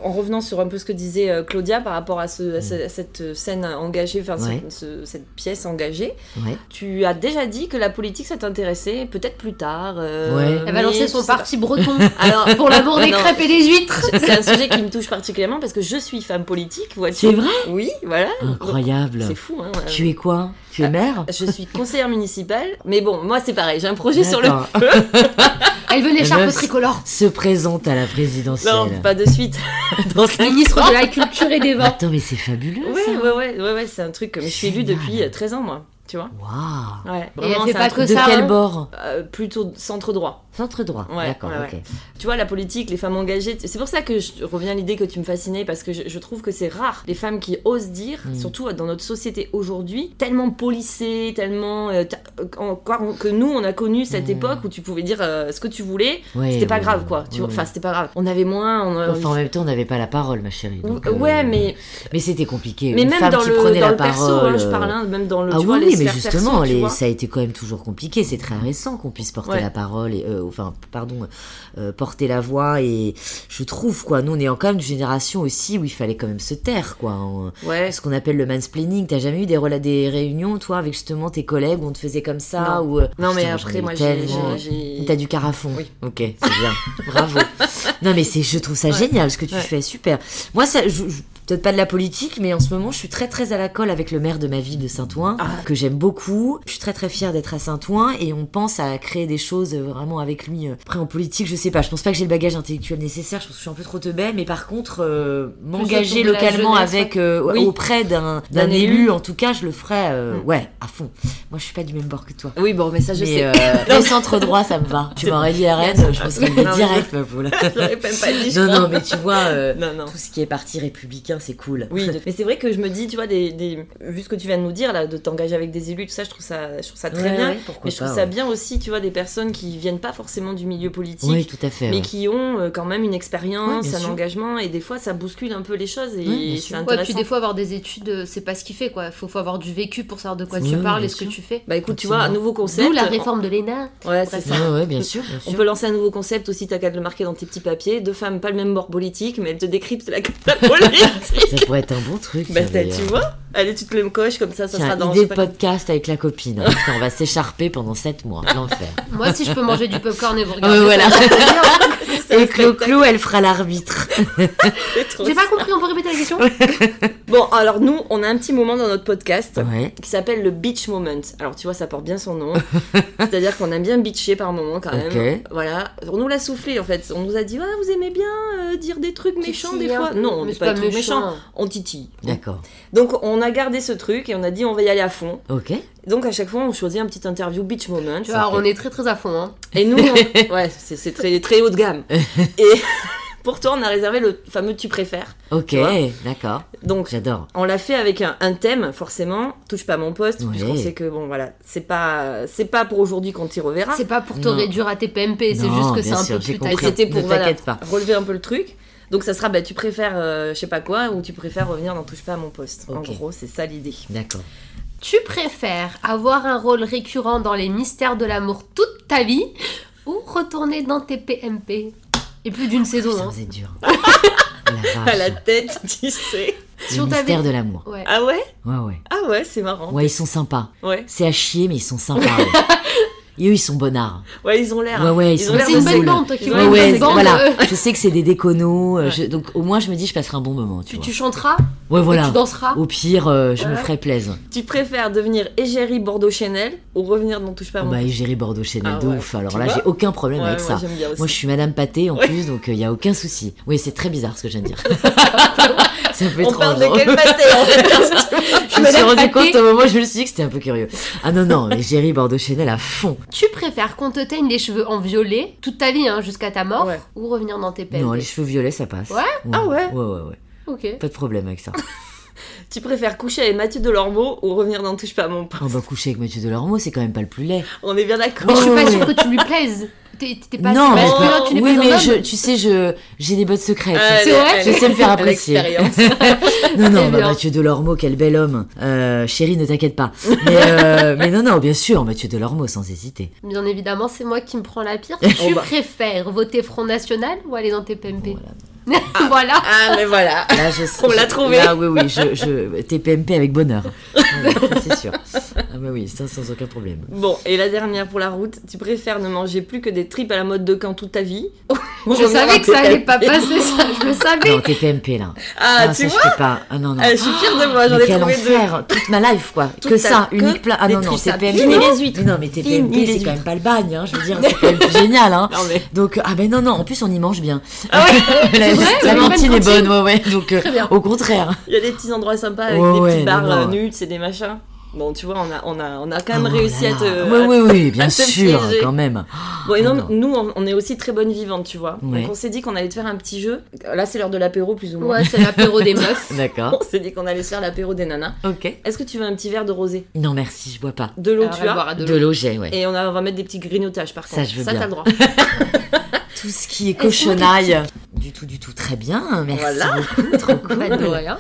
S1: En revenant sur un peu ce que disait euh, Claudia par rapport à, ce- à ce- à cette scène engagée, enfin ce-
S5: Ouais.
S1: ce- cette pièce engagée,
S5: Ouais.
S1: tu as déjà dit que la politique ça t'intéressait, peut-être plus tard. euh,
S5: Ouais.
S4: Elle va
S1: mais
S4: lancer
S1: je
S4: son
S1: sais pas.
S4: parti breton
S1: Alors
S4: pour l'amour des
S1: Ah, Non.
S4: crêpes et des huîtres.
S1: c'est un sujet qui me touche particulièrement parce que je suis femme politique, vois-tu.
S5: C'est vrai
S1: Oui, voilà.
S5: Incroyable.
S1: C'est fou, hein. euh,
S5: Tu es quoi Tu es mère
S1: Je suis conseillère municipale, mais bon, moi c'est pareil, Euh, j'ai un projet sur le
S5: D'accord.
S1: feu.
S4: Elle veut l'écharpe
S5: meuf-
S4: tricolore.
S5: Se présente à la présidentielle.
S1: Non, pas de suite. Dans cinq
S4: Ministre de la culture et des vins.
S5: Attends, mais c'est fabuleux
S1: Ouais,
S5: ça.
S1: ouais, ouais, ouais, ouais, c'est un truc. Mais je suis élue
S5: Génial.
S1: depuis euh, 13 ans, moi, tu vois.
S5: Waouh.
S1: Ouais,
S4: Et elle
S1: vraiment,
S4: fait
S1: c'est un
S4: pas
S1: truc
S4: que
S5: De
S4: ça.
S5: quel
S4: hein.
S5: bord
S1: euh, plutôt centre droit.
S5: Centre droit.
S1: Ouais,
S5: D'accord,
S1: ouais,
S5: ok.
S1: Tu vois, la politique, les femmes engagées, t- c'est pour ça que je reviens à l'idée que tu me fascinais, parce que je, je trouve que c'est rare les femmes qui osent dire,
S5: Mm.
S1: surtout euh, dans notre société aujourd'hui, tellement policée, tellement. euh, ta- euh, encore que nous, on a connu cette
S5: Mm.
S1: époque où tu pouvais dire euh, ce que tu voulais,
S5: Ouais,
S1: c'était pas
S5: ouais,
S1: grave
S5: ouais,
S1: quoi. Tu vois,
S5: ouais,
S1: Enfin, c'était pas grave. On avait moins. on- euh,
S5: ouais. Enfin, en même temps, on n'avait pas la parole, ma chérie. donc, euh,
S1: ouais, mais,
S5: Mais c'était compliqué.
S1: mais
S5: Une
S1: même
S5: femme
S1: dans
S5: qui
S1: le,
S5: prenait
S1: dans
S5: la
S1: le perso, hein,
S5: parole.
S1: je parle,
S5: euh,
S1: hein, même dans le.
S5: Ah
S1: tu vois,
S5: oui,
S1: les
S5: oui, mais
S1: sphères
S5: justement,
S1: perso, tu
S5: les-
S1: vois.
S5: ça a été quand même toujours compliqué. C'est très récent qu'on puisse porter
S1: Ouais.
S5: la parole, et, euh, enfin, pardon, euh, porter la voix. Et je trouve, quoi, nous, on est en quand même une génération aussi où il fallait quand même se taire, quoi. en-
S1: Ouais,
S5: ce qu'on appelle le mansplaining. T'as jamais eu des, rela- des réunions, toi, avec justement tes collègues où on te faisait comme ça
S1: Non.
S5: ou euh,
S1: Non, mais
S5: putain, j'en
S1: après,
S5: ai
S1: moi, j'ai.
S5: tellement.
S1: j'ai-
S5: T'as du carafon.
S1: Oui.
S5: Ok, c'est bien. Bravo. Non, mais c'est, je trouve ça génial ce que tu
S1: Ouais.
S5: fais. Super. Moi, ça, je- je- peut-être pas de la politique, mais en ce moment, je suis très très à la colle avec le maire de ma ville de Saint-Ouen,
S1: Ah.
S5: que j'aime beaucoup. Je suis très très fière d'être à Saint-Ouen et on pense à créer des choses euh, vraiment avec lui. Après, en politique, je sais pas. Je pense pas que j'ai le bagage intellectuel nécessaire. Je pense que je suis un peu trop teubée, mais par contre, euh, m'engager
S4: autour de la
S5: localement
S4: jeunesse,
S5: avec euh,
S1: Oui.
S5: auprès d'un, d'un
S1: D'un
S5: élu,
S1: élu.
S5: en tout cas, je le ferais euh,
S1: Mm.
S5: ouais à fond. Moi, je suis pas du même bord que toi.
S1: Oui, bon, mais ça, je
S5: Mais
S1: sais.
S5: euh, le centre droit, ça me va. Tu m'aurais dit RN, je me serais
S1: Non,
S5: dit
S1: mais-
S5: direct, ma poule.
S1: Je l'aurais même pas dit, je
S5: Non, non,
S1: crois.
S5: mais tu vois, euh,
S1: Non, non.
S5: tout ce qui est parti républicain, putain, c'est cool.
S1: Oui, de- mais c'est vrai que je me dis, tu vois, des, des- vu ce que tu viens de nous dire, là, de t'engager avec des élus, tout ça, je trouve ça, je trouve ça très
S5: Ouais,
S1: bien.
S5: ouais, pourquoi
S1: mais je trouve
S5: pas,
S1: ça
S5: ouais.
S1: bien aussi, tu vois, des personnes qui viennent pas forcément du milieu politique,
S5: Oui, tout à fait.
S1: mais
S5: ouais.
S1: qui ont euh, quand même une expérience,
S5: Ouais, bien
S1: un
S5: sûr.
S1: engagement, et des fois, ça bouscule un peu les choses, et
S5: Ouais, bien
S1: c'est
S5: sûr.
S4: Ouais,
S1: intéressant.
S4: puis des fois, avoir des études, euh, c'est pas ce qu'il fait, quoi. Faut, faut avoir du vécu pour savoir de quoi
S5: Ouais,
S4: tu parles
S5: bien
S4: et ce que
S5: sûr.
S4: tu fais.
S1: Bah écoute, tu
S5: Absolument.
S1: vois, un nouveau concept.
S4: D'où la réforme de l'ENA.
S1: Ouais, c'est
S4: Bref.
S1: ça.
S5: Ouais, ouais, bien sûr, bien
S1: On
S5: sûr.
S1: peut lancer un nouveau concept aussi, t'as qu'à le marquer dans tes petits papiers. Deux femmes, pas le même bord politique, mais elles te décryptent la, la politique.
S5: Ça pourrait être un bon truc.
S1: bah
S5: ça,
S1: t'as- tu
S5: d'ailleurs.
S1: vois Allez, tu te le coches, comme ça, ça sera
S5: Tiens,
S1: dans... je
S5: idée
S1: sais
S5: de
S1: pas
S5: podcast avec la copine. Putain, on va s'écharper pendant 7 mois. L'enfer.
S4: Moi, si je peux manger du popcorn et vous
S5: Ouais,
S4: regarder.
S5: Ah, voilà.
S4: ça, c'est bien.
S5: Et Clo-Clo, elle fera l'arbitre.
S1: quel truc.
S4: J'ai pas compris, on peut répéter la question
S1: Bon, alors nous, on a un petit moment dans notre podcast
S5: Ouais.
S1: qui s'appelle le beach moment. Alors tu vois, ça porte bien son nom. C'est-à-dire qu'on aime bien bitcher par moment quand même.
S5: Ok.
S1: Voilà, on nous l'a soufflé en fait. On nous a dit, ah, vous aimez bien euh, dire des trucs méchants des fois. Non, on
S4: Mais
S1: n'est
S4: c'est
S1: pas, trop méchant. On titille.
S5: D'accord.
S1: Donc on a gardé ce truc et on a dit, on va y aller à fond.
S5: Ok.
S1: Donc à chaque fois, on choisit un petit interview beach moment.
S4: Tu vois, on est très très à fond. Hein.
S1: Et nous, on- ouais, c'est c'est très, très haut de gamme. Et pour toi, on a réservé le fameux tu préfères.
S5: Ok.
S1: vois
S5: D'accord.
S1: Donc
S5: J'adore.
S1: on l'a fait avec un, un thème, forcément. Touche pas à mon poste,
S5: Ouais.
S1: puisqu'on sait que bon voilà, c'est pas c'est pas pour aujourd'hui qu'on t'y reverra.
S4: C'est pas pour te
S5: Ah. Non.
S4: réduire à tes PMP, c'est
S5: Non,
S4: juste que c'est
S5: bien
S4: un
S5: sûr,
S4: peu
S5: j'ai
S4: plus
S1: Mais
S5: compris.
S4: taillé.
S1: C'était pour
S5: Ne
S1: voilà,
S5: t'inquiète pas.
S1: relever un peu le truc. Donc ça sera, bah, tu préfères, euh, je sais pas quoi, ou tu préfères revenir dans Touche pas à mon poste. En
S5: Ok.
S1: gros, c'est ça l'idée.
S5: D'accord.
S4: Tu préfères avoir un rôle récurrent dans les mystères de l'amour toute ta vie ou retourner dans tes PMP Et plus d'une saison.
S5: Putain,
S4: hein.
S5: c'est dur.
S1: À la
S5: la vache.
S1: tête, tu sais.
S4: Si
S5: Le
S4: on
S5: mystère
S4: t'avait.
S5: de l'amour.
S4: Ouais.
S1: Ah ouais
S5: Ouais, ouais.
S1: Ah ouais, c'est marrant.
S5: Ouais, ils sont sympas.
S1: Ouais.
S5: C'est à chier, mais ils sont sympas. ouais. Et eux, ils sont bonnards.
S1: Ouais, ils ont l'air. hein.
S5: Ouais, ouais, ils
S1: ils
S5: sont
S1: ont l'air
S4: C'est une
S1: de
S5: cool.
S4: belle bande, toi qui
S1: Ouais,
S4: vois une
S1: ouais, c'est-
S4: bonne bande. euh,
S5: voilà. je sais que c'est des déconnos. euh,
S1: Ouais.
S5: je- donc, au moins, je me dis, je passerai un bon moment. Tu,
S4: Tu,
S5: vois.
S4: tu chanteras,
S5: Ouais,
S4: et
S5: voilà.
S4: tu danseras.
S5: Au pire, euh, je me
S4: Ouais.
S5: ferai plaisir.
S1: Tu préfères devenir égérie Bordeaux Chanel ou revenir dans Touche pas à
S5: Ah
S1: mon
S5: bah, et gérer Bordeaux Chanel
S1: Ah
S5: de
S1: ouais.
S5: ouf. Alors
S1: Tu
S5: là,
S1: vois
S5: j'ai aucun problème
S1: Ouais,
S5: avec
S1: moi,
S5: ça.
S1: j'aime bien aussi.
S5: Moi, je suis Madame Pâté en
S1: Ouais.
S5: plus, donc il y a aucun souci. Oui, c'est très bizarre ce que je viens de dire. ça fait
S1: On
S5: trop
S1: parle
S5: genre.
S1: de quel pâté en fait
S5: hein. Je me suis
S4: Madame
S5: rendu
S4: Pâté.
S5: compte au moment où je me suis dit que c'était un peu curieux. Ah non, non, mais Géry Bordeaux Chanel à fond.
S4: Tu préfères qu'on te teigne les cheveux en violet toute ta vie hein, jusqu'à ta mort
S1: Ouais.
S4: ou revenir dans tes PMP
S5: Non, les cheveux violets, ça passe.
S4: Ouais
S1: Ah ouais
S5: Ouais, ouais, ouais.
S4: Ok.
S5: Pas de problème avec ça.
S1: Tu préfères coucher avec Mathieu Delormeau ou revenir dans Touche pas à mon poste
S5: On va coucher avec Mathieu Delormeau, c'est quand même pas le plus laid.
S1: On est bien d'accord.
S4: Mais je suis pas
S5: Ouais.
S4: sûre que tu lui plaises. T'es t'es pas
S5: Oh. non,
S4: assez
S5: mais
S1: je peux-
S4: masculin, tu n'es
S5: oui,
S4: pas
S5: mais
S4: un
S5: je,
S4: homme.
S5: tu sais, je, j'ai des bonnes secrètes.
S1: Allez,
S4: vrai
S1: allez.
S5: Je sais me faire apprécier.
S1: L'expérience.
S5: Non, non,
S4: Très
S5: bah,
S4: bien.
S5: Mathieu Delormeau, quel bel homme. Euh, chérie, ne t'inquiète pas. Mais, euh, mais non, non, bien sûr, Mathieu Delormeau, sans hésiter.
S4: Bien évidemment, c'est moi qui me prends la pire. Tu
S1: bah.
S4: préfères voter Front National ou aller dans tes PMP
S5: Voilà.
S4: Voilà.
S1: Ah, mais voilà.
S5: Là, je,
S1: On l'a
S5: je-
S1: trouvé.
S5: Là, oui, oui, je, je, t'es PMP avec bonheur. Ouais, c'est sûr. Ah, bah oui, ça, sans aucun problème.
S1: Bon, et la dernière pour la route. Tu préfères ne manger plus que des tripes à la mode de camp toute ta vie ou
S4: Je
S1: revenir
S4: savais
S1: dans
S4: que
S1: tes
S4: ça allait
S1: tapis
S4: pas passer, ça. Je le savais.
S5: Non, t'es PMP, là.
S1: Ah,
S5: Non,
S1: tu
S5: ça,
S1: vois
S5: je peux pas. Ah, non, non.
S1: Ah, Je suis fière de moi, j'en
S5: Mais
S1: ai
S5: quel
S1: trouvé deux.
S5: enfer, toute ma life quoi.
S1: Toute
S5: que
S1: ta-
S5: ça,
S1: que
S5: unique plat. Ah
S1: des
S5: non, non,
S1: trucs,
S5: c'est
S1: ça
S5: PMP.
S1: finit
S5: non.
S1: les huîtres.
S5: Mais non, mais
S1: Fini
S5: TPMP,
S1: les
S5: c'est quand
S1: huîtres.
S5: même pas le bagne, hein, je veux dire, c'est quand même génial. Hein.
S1: Non, mais-
S5: Donc, ah ben non, non, en plus on y mange bien.
S1: Ah ouais
S5: la,
S4: vrai,
S5: la
S4: vous avez
S5: cantine
S4: pas
S5: est
S4: de
S5: bonne, ouais, ouais. Donc, euh,
S4: Très bien.
S5: au contraire.
S1: Il y a des petits endroits sympas avec
S5: Ouais,
S1: des
S5: ouais,
S1: petits bars
S5: non,
S1: euh,
S5: non.
S1: nudes et des machins. Bon, tu vois, on a, on a, on a quand même
S5: Oh là
S1: réussi à
S5: là.
S1: te. euh, à
S5: Oui, oui, oui, bien
S1: te
S5: sûr,
S1: piéger.
S5: quand même.
S1: Bon, et
S5: Ah
S1: non,
S5: non.
S1: nous, on- on est aussi très bonnes vivantes, tu vois.
S5: Ouais.
S1: Donc, on s'est dit qu'on allait te faire un petit jeu. Là, c'est l'heure de l'apéro, plus ou moins.
S4: Ouais, c'est l'apéro des meufs.
S5: D'accord.
S1: On s'est dit qu'on allait se faire l'apéro des nanas.
S5: Ok.
S1: Est-ce que tu veux un petit verre de rosé
S5: Non, merci, je bois pas.
S1: De l'eau,
S4: Alors,
S1: tu
S4: elle
S1: as
S4: boira de
S5: De
S4: l'eau.
S5: l'eau, j'ai, ouais.
S1: Et on, a- on va mettre des petits grignotages, par
S5: Ça,
S1: contre.
S5: je veux
S1: Ça,
S5: bien.
S1: t'as le droit.
S5: Tout ce qui est
S4: qu'on
S5: cochonaille. Du tout, du tout, très bien. Merci
S1: Voilà.
S5: beaucoup, trop
S4: Pas de
S5: cool.
S4: rien.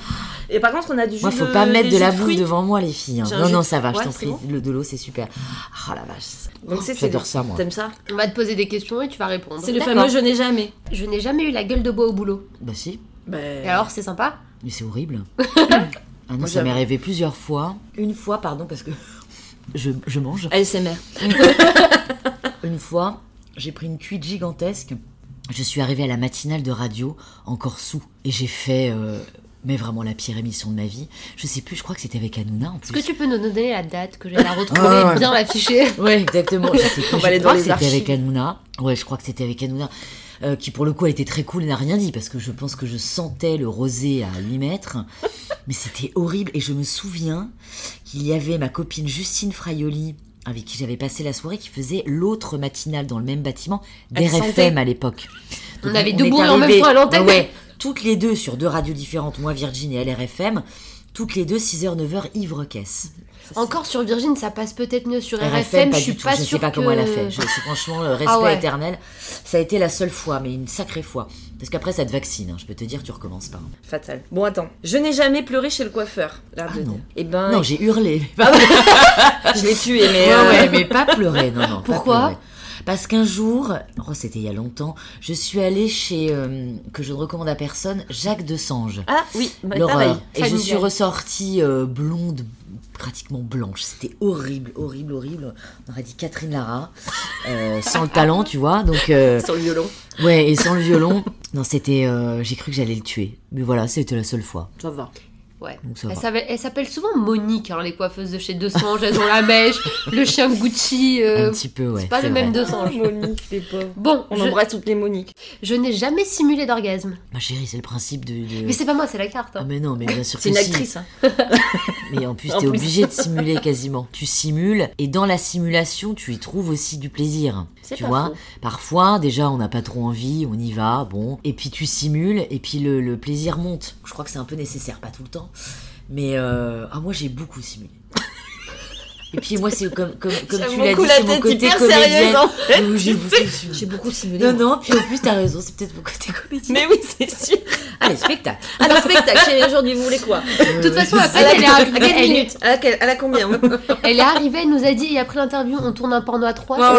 S1: Et par contre, on a du jus
S5: Moi, faut
S1: de-
S5: pas mettre
S1: des
S5: de
S1: jus
S5: la bouffe
S1: fruits.
S5: devant moi, les filles. hein.
S1: J'ai un
S5: Non,
S1: jus
S5: non,
S1: de-
S5: ça va, je
S1: Ouais,
S5: t'en
S1: c'est
S5: prie.
S1: bon
S5: Le de l'eau, c'est super. Oh la vache.
S1: Donc, c'est- c'est-
S5: J'adore ça, moi.
S1: T'aimes ça
S4: On va te poser des questions et tu vas répondre.
S1: C'est le
S4: D'accord.
S1: fameux je n'ai jamais.
S4: Je n'ai jamais eu la gueule de bois au boulot.
S5: Bah, si.
S1: Ben,
S4: Et alors, c'est sympa
S5: Mais c'est horrible. ah
S1: Moi,
S5: non, ça m'est
S1: j'avoue.
S5: arrivé plusieurs fois. Une fois, pardon, parce que je, je mange.
S1: ASMR.
S5: Une fois, j'ai pris une cuite gigantesque. Je suis arrivée à la matinale de radio, encore sous. Et j'ai fait, euh, mais vraiment la pire émission de ma vie. Je sais plus, je crois que c'était avec Hanouna en
S4: Est-ce
S5: plus.
S4: que tu peux nous donner la date que j'ai la retrouver
S5: Ouais, ouais.
S4: bien l'afficher
S5: Ouais, exactement. Je sais plus,
S1: On va
S5: je
S1: aller
S5: crois
S1: dans
S5: que
S1: les
S5: c'était avec
S1: archives.
S5: Hanouna. Ouais, je crois que c'était avec Hanouna. euh, qui pour le coup a été très cool et n'a rien dit parce que je pense que je sentais le rosé à 8 mètres. Mais c'était horrible et je me souviens qu'il y avait ma copine Justine Fraioli avec qui j'avais passé la soirée qui faisait l'autre matinale dans le même bâtiment
S1: Elle
S5: d'RFM à l'époque.
S4: On
S5: Donc,
S4: avait
S5: est
S4: deux bourrées en même
S5: arrivés-
S4: temps à l'antenne.
S5: Ouais, toutes les deux sur deux radios différentes, moi Virgin et LRFM, toutes les deux 6h, 9h, ivre caisse.
S4: Encore sur Virgin, ça passe peut-être mieux sur RFM, je suis
S5: du tout.
S4: pas
S5: je
S4: sûre
S5: sais pas
S4: que...
S5: comment elle a fait. Je suis franchement euh, respect
S4: Ah ouais.
S5: éternel. Ça a été la seule fois, mais une sacrée fois. Parce qu'après, ça te vaccine. hein. Je peux te dire, tu recommences pas. hein.
S1: Fatal. Bon, attends. Je n'ai jamais pleuré chez le coiffeur. L'air
S5: Ah
S1: de
S5: non.
S1: dire. Eh ben,
S5: Non, j'ai hurlé.
S1: je l'ai tué, mais.
S5: Ouais,
S1: euh,
S5: ouais, mais pas pleurer, non, non. pas
S4: Pourquoi
S5: pleurer. Parce qu'un jour, oh, c'était il y a longtemps, je suis allée chez, euh, que je ne recommande à personne, Jacques Desange.
S1: Ah oui, bah, pareil.
S5: L'horreur. Et je
S4: Familial.
S5: suis ressortie euh, blonde, pratiquement blanche. C'était horrible, horrible, horrible. On aurait dit Catherine Lara, euh, sans le talent, tu vois. Donc, euh,
S1: Sur le violon.
S5: ouais, et sans le violon. Non, c'était. euh, J'ai cru que j'allais le tuer. Mais voilà, c'était la seule fois.
S1: Ça va.
S4: Ouais.
S5: Donc ça
S4: Elle
S5: va.
S4: s'appelle- Elle s'appelle souvent Monique, hein, les coiffeuses de chez Deux Sanges. Elles ont la mèche, le chien Gucci. euh,
S5: Un petit peu, ouais.
S4: c'est pas le
S5: vrai.
S4: même Deux
S1: Oh,
S4: Sanges.
S1: Monique, les pauvres.
S4: Bon,
S1: On
S4: je,
S1: embrasse toutes les Moniques.
S4: je n'ai jamais simulé d'orgasme.
S5: Ma chérie, c'est le principe de. de-
S4: Mais c'est pas moi, c'est la carte.
S5: Ah,
S4: hein.
S5: mais non, mais bien sûr
S1: C'est
S5: que
S1: une
S5: si.
S1: actrice. Hein.
S5: Mais en plus,
S1: En
S5: t'es
S1: plus.
S5: obligé de simuler quasiment. Tu simules et dans la simulation, tu y trouves aussi du plaisir.
S1: C'est
S5: Tu
S1: pas
S5: vois,
S1: faux.
S5: parfois, déjà, on n'a pas trop envie, on y va, bon. Et puis tu simules et puis le, le plaisir monte. Je crois que c'est un peu nécessaire, pas tout le temps. Mais euh, ah, moi, j'ai beaucoup simulé. Et puis moi, c'est comme, comme, comme tu
S1: J'aime
S5: l'as
S1: beaucoup
S5: dit,
S1: la
S5: c'est mon
S1: tête
S5: côté
S1: hyper
S5: comédienne.
S1: sérieuse. hein. en fait.
S5: Oui, j'ai
S1: Tu
S5: beaucoup
S1: sais,
S5: simulé.
S1: J'ai beaucoup simulé.
S5: Non,
S1: moi.
S5: non, puis en plus, t'as raison, c'est peut-être mon côté comédien.
S1: Mais oui, c'est sûr.
S5: Allez, spectacle. Euh,
S1: À Ah, le spectacle, chérie, aujourd'hui, vous voulez quoi
S4: De toute façon,
S1: À
S4: après,
S1: la,
S4: elle est
S1: à quelle
S4: arrivée.
S1: minute à laquelle- à la combien
S4: Elle, elle est arrivée, elle nous a dit, et après l'interview, on tourne un porno à trois.
S1: Ouais,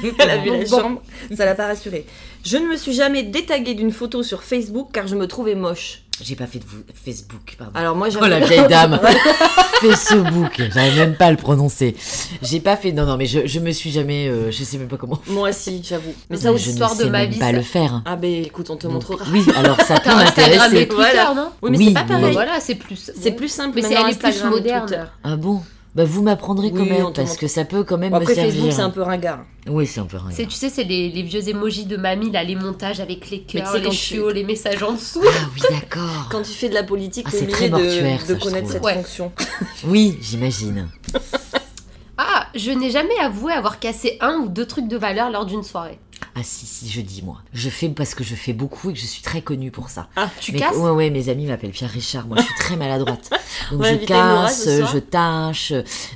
S4: c'est
S1: voilà.
S4: ça
S1: Elle a vu la
S4: Bon.
S1: chambre, ça l'a pas rassurée. Je ne me suis jamais détaguée d'une photo sur Facebook car je me trouvais moche.
S5: J'ai pas fait de vous- Facebook, pardon.
S1: Alors moi, j'ai
S5: Oh la vieille dame Facebook, j'arrive même pas à le prononcer. J'ai pas fait. Non, non, mais je, je me suis jamais. euh, je sais même pas comment.
S1: Moi si, j'avoue. Mais
S4: Ça,
S1: ça
S4: aux
S5: je
S1: aussi.
S4: histoires
S5: ne
S4: de
S5: sais
S4: ma
S5: même
S4: vie,
S5: pas
S4: ça.
S5: le faire.
S1: Ah ben écoute, on te
S5: Donc,
S1: montrera.
S5: Oui, alors ça peut
S4: T'as Instagram et
S5: m'intéresser.
S4: Twitter,
S1: Voilà.
S4: non Bah,
S1: Oui, mais
S5: oui,
S1: c'est pas
S5: mais-
S1: pareil.
S4: Voilà, c'est plus.
S1: C'est plus simple.
S4: Mais c'est
S1: maintenant,
S4: elle est plus
S1: Instagram et Twitter.
S4: moderne.
S5: Ah bon Bah vous m'apprendrez quand
S1: Oui, on
S5: même
S1: te
S5: parce
S1: montre.
S5: que ça peut quand même
S1: Bon, après
S5: me servir.
S1: Facebook, c'est un peu ringard.
S5: Oui, c'est un peu ringard.
S4: C'est, tu sais, c'est les, les vieux emojis de mamie, là, les montages avec les
S1: Mais tu
S4: cœurs,
S1: sais,
S4: les
S1: quand tu-
S4: chiots, les messages en dessous.
S5: Ah oui, d'accord.
S1: Quand tu fais de la politique,
S5: Ah,
S1: t'es
S5: c'est très
S1: obligé
S5: mortuaire,
S1: de,
S5: ça,
S1: de
S5: je
S1: connaître
S5: trouve.
S1: cette
S4: Ouais.
S1: fonction.
S5: Oui, j'imagine.
S4: Ah, je n'ai jamais avoué avoir cassé un ou deux trucs de valeur lors d'une soirée.
S5: Ah si, si, je dis moi. Je fais parce que je fais beaucoup et que je suis très connue pour ça.
S4: Tu
S5: Mais-
S4: casses
S5: Ouais, ouais, mes amis m'appellent Pierre Richard. Moi, je suis très maladroite. Donc,
S1: On va
S5: je
S1: inviter Nora
S5: casse,
S1: ce soir.
S5: je tâche.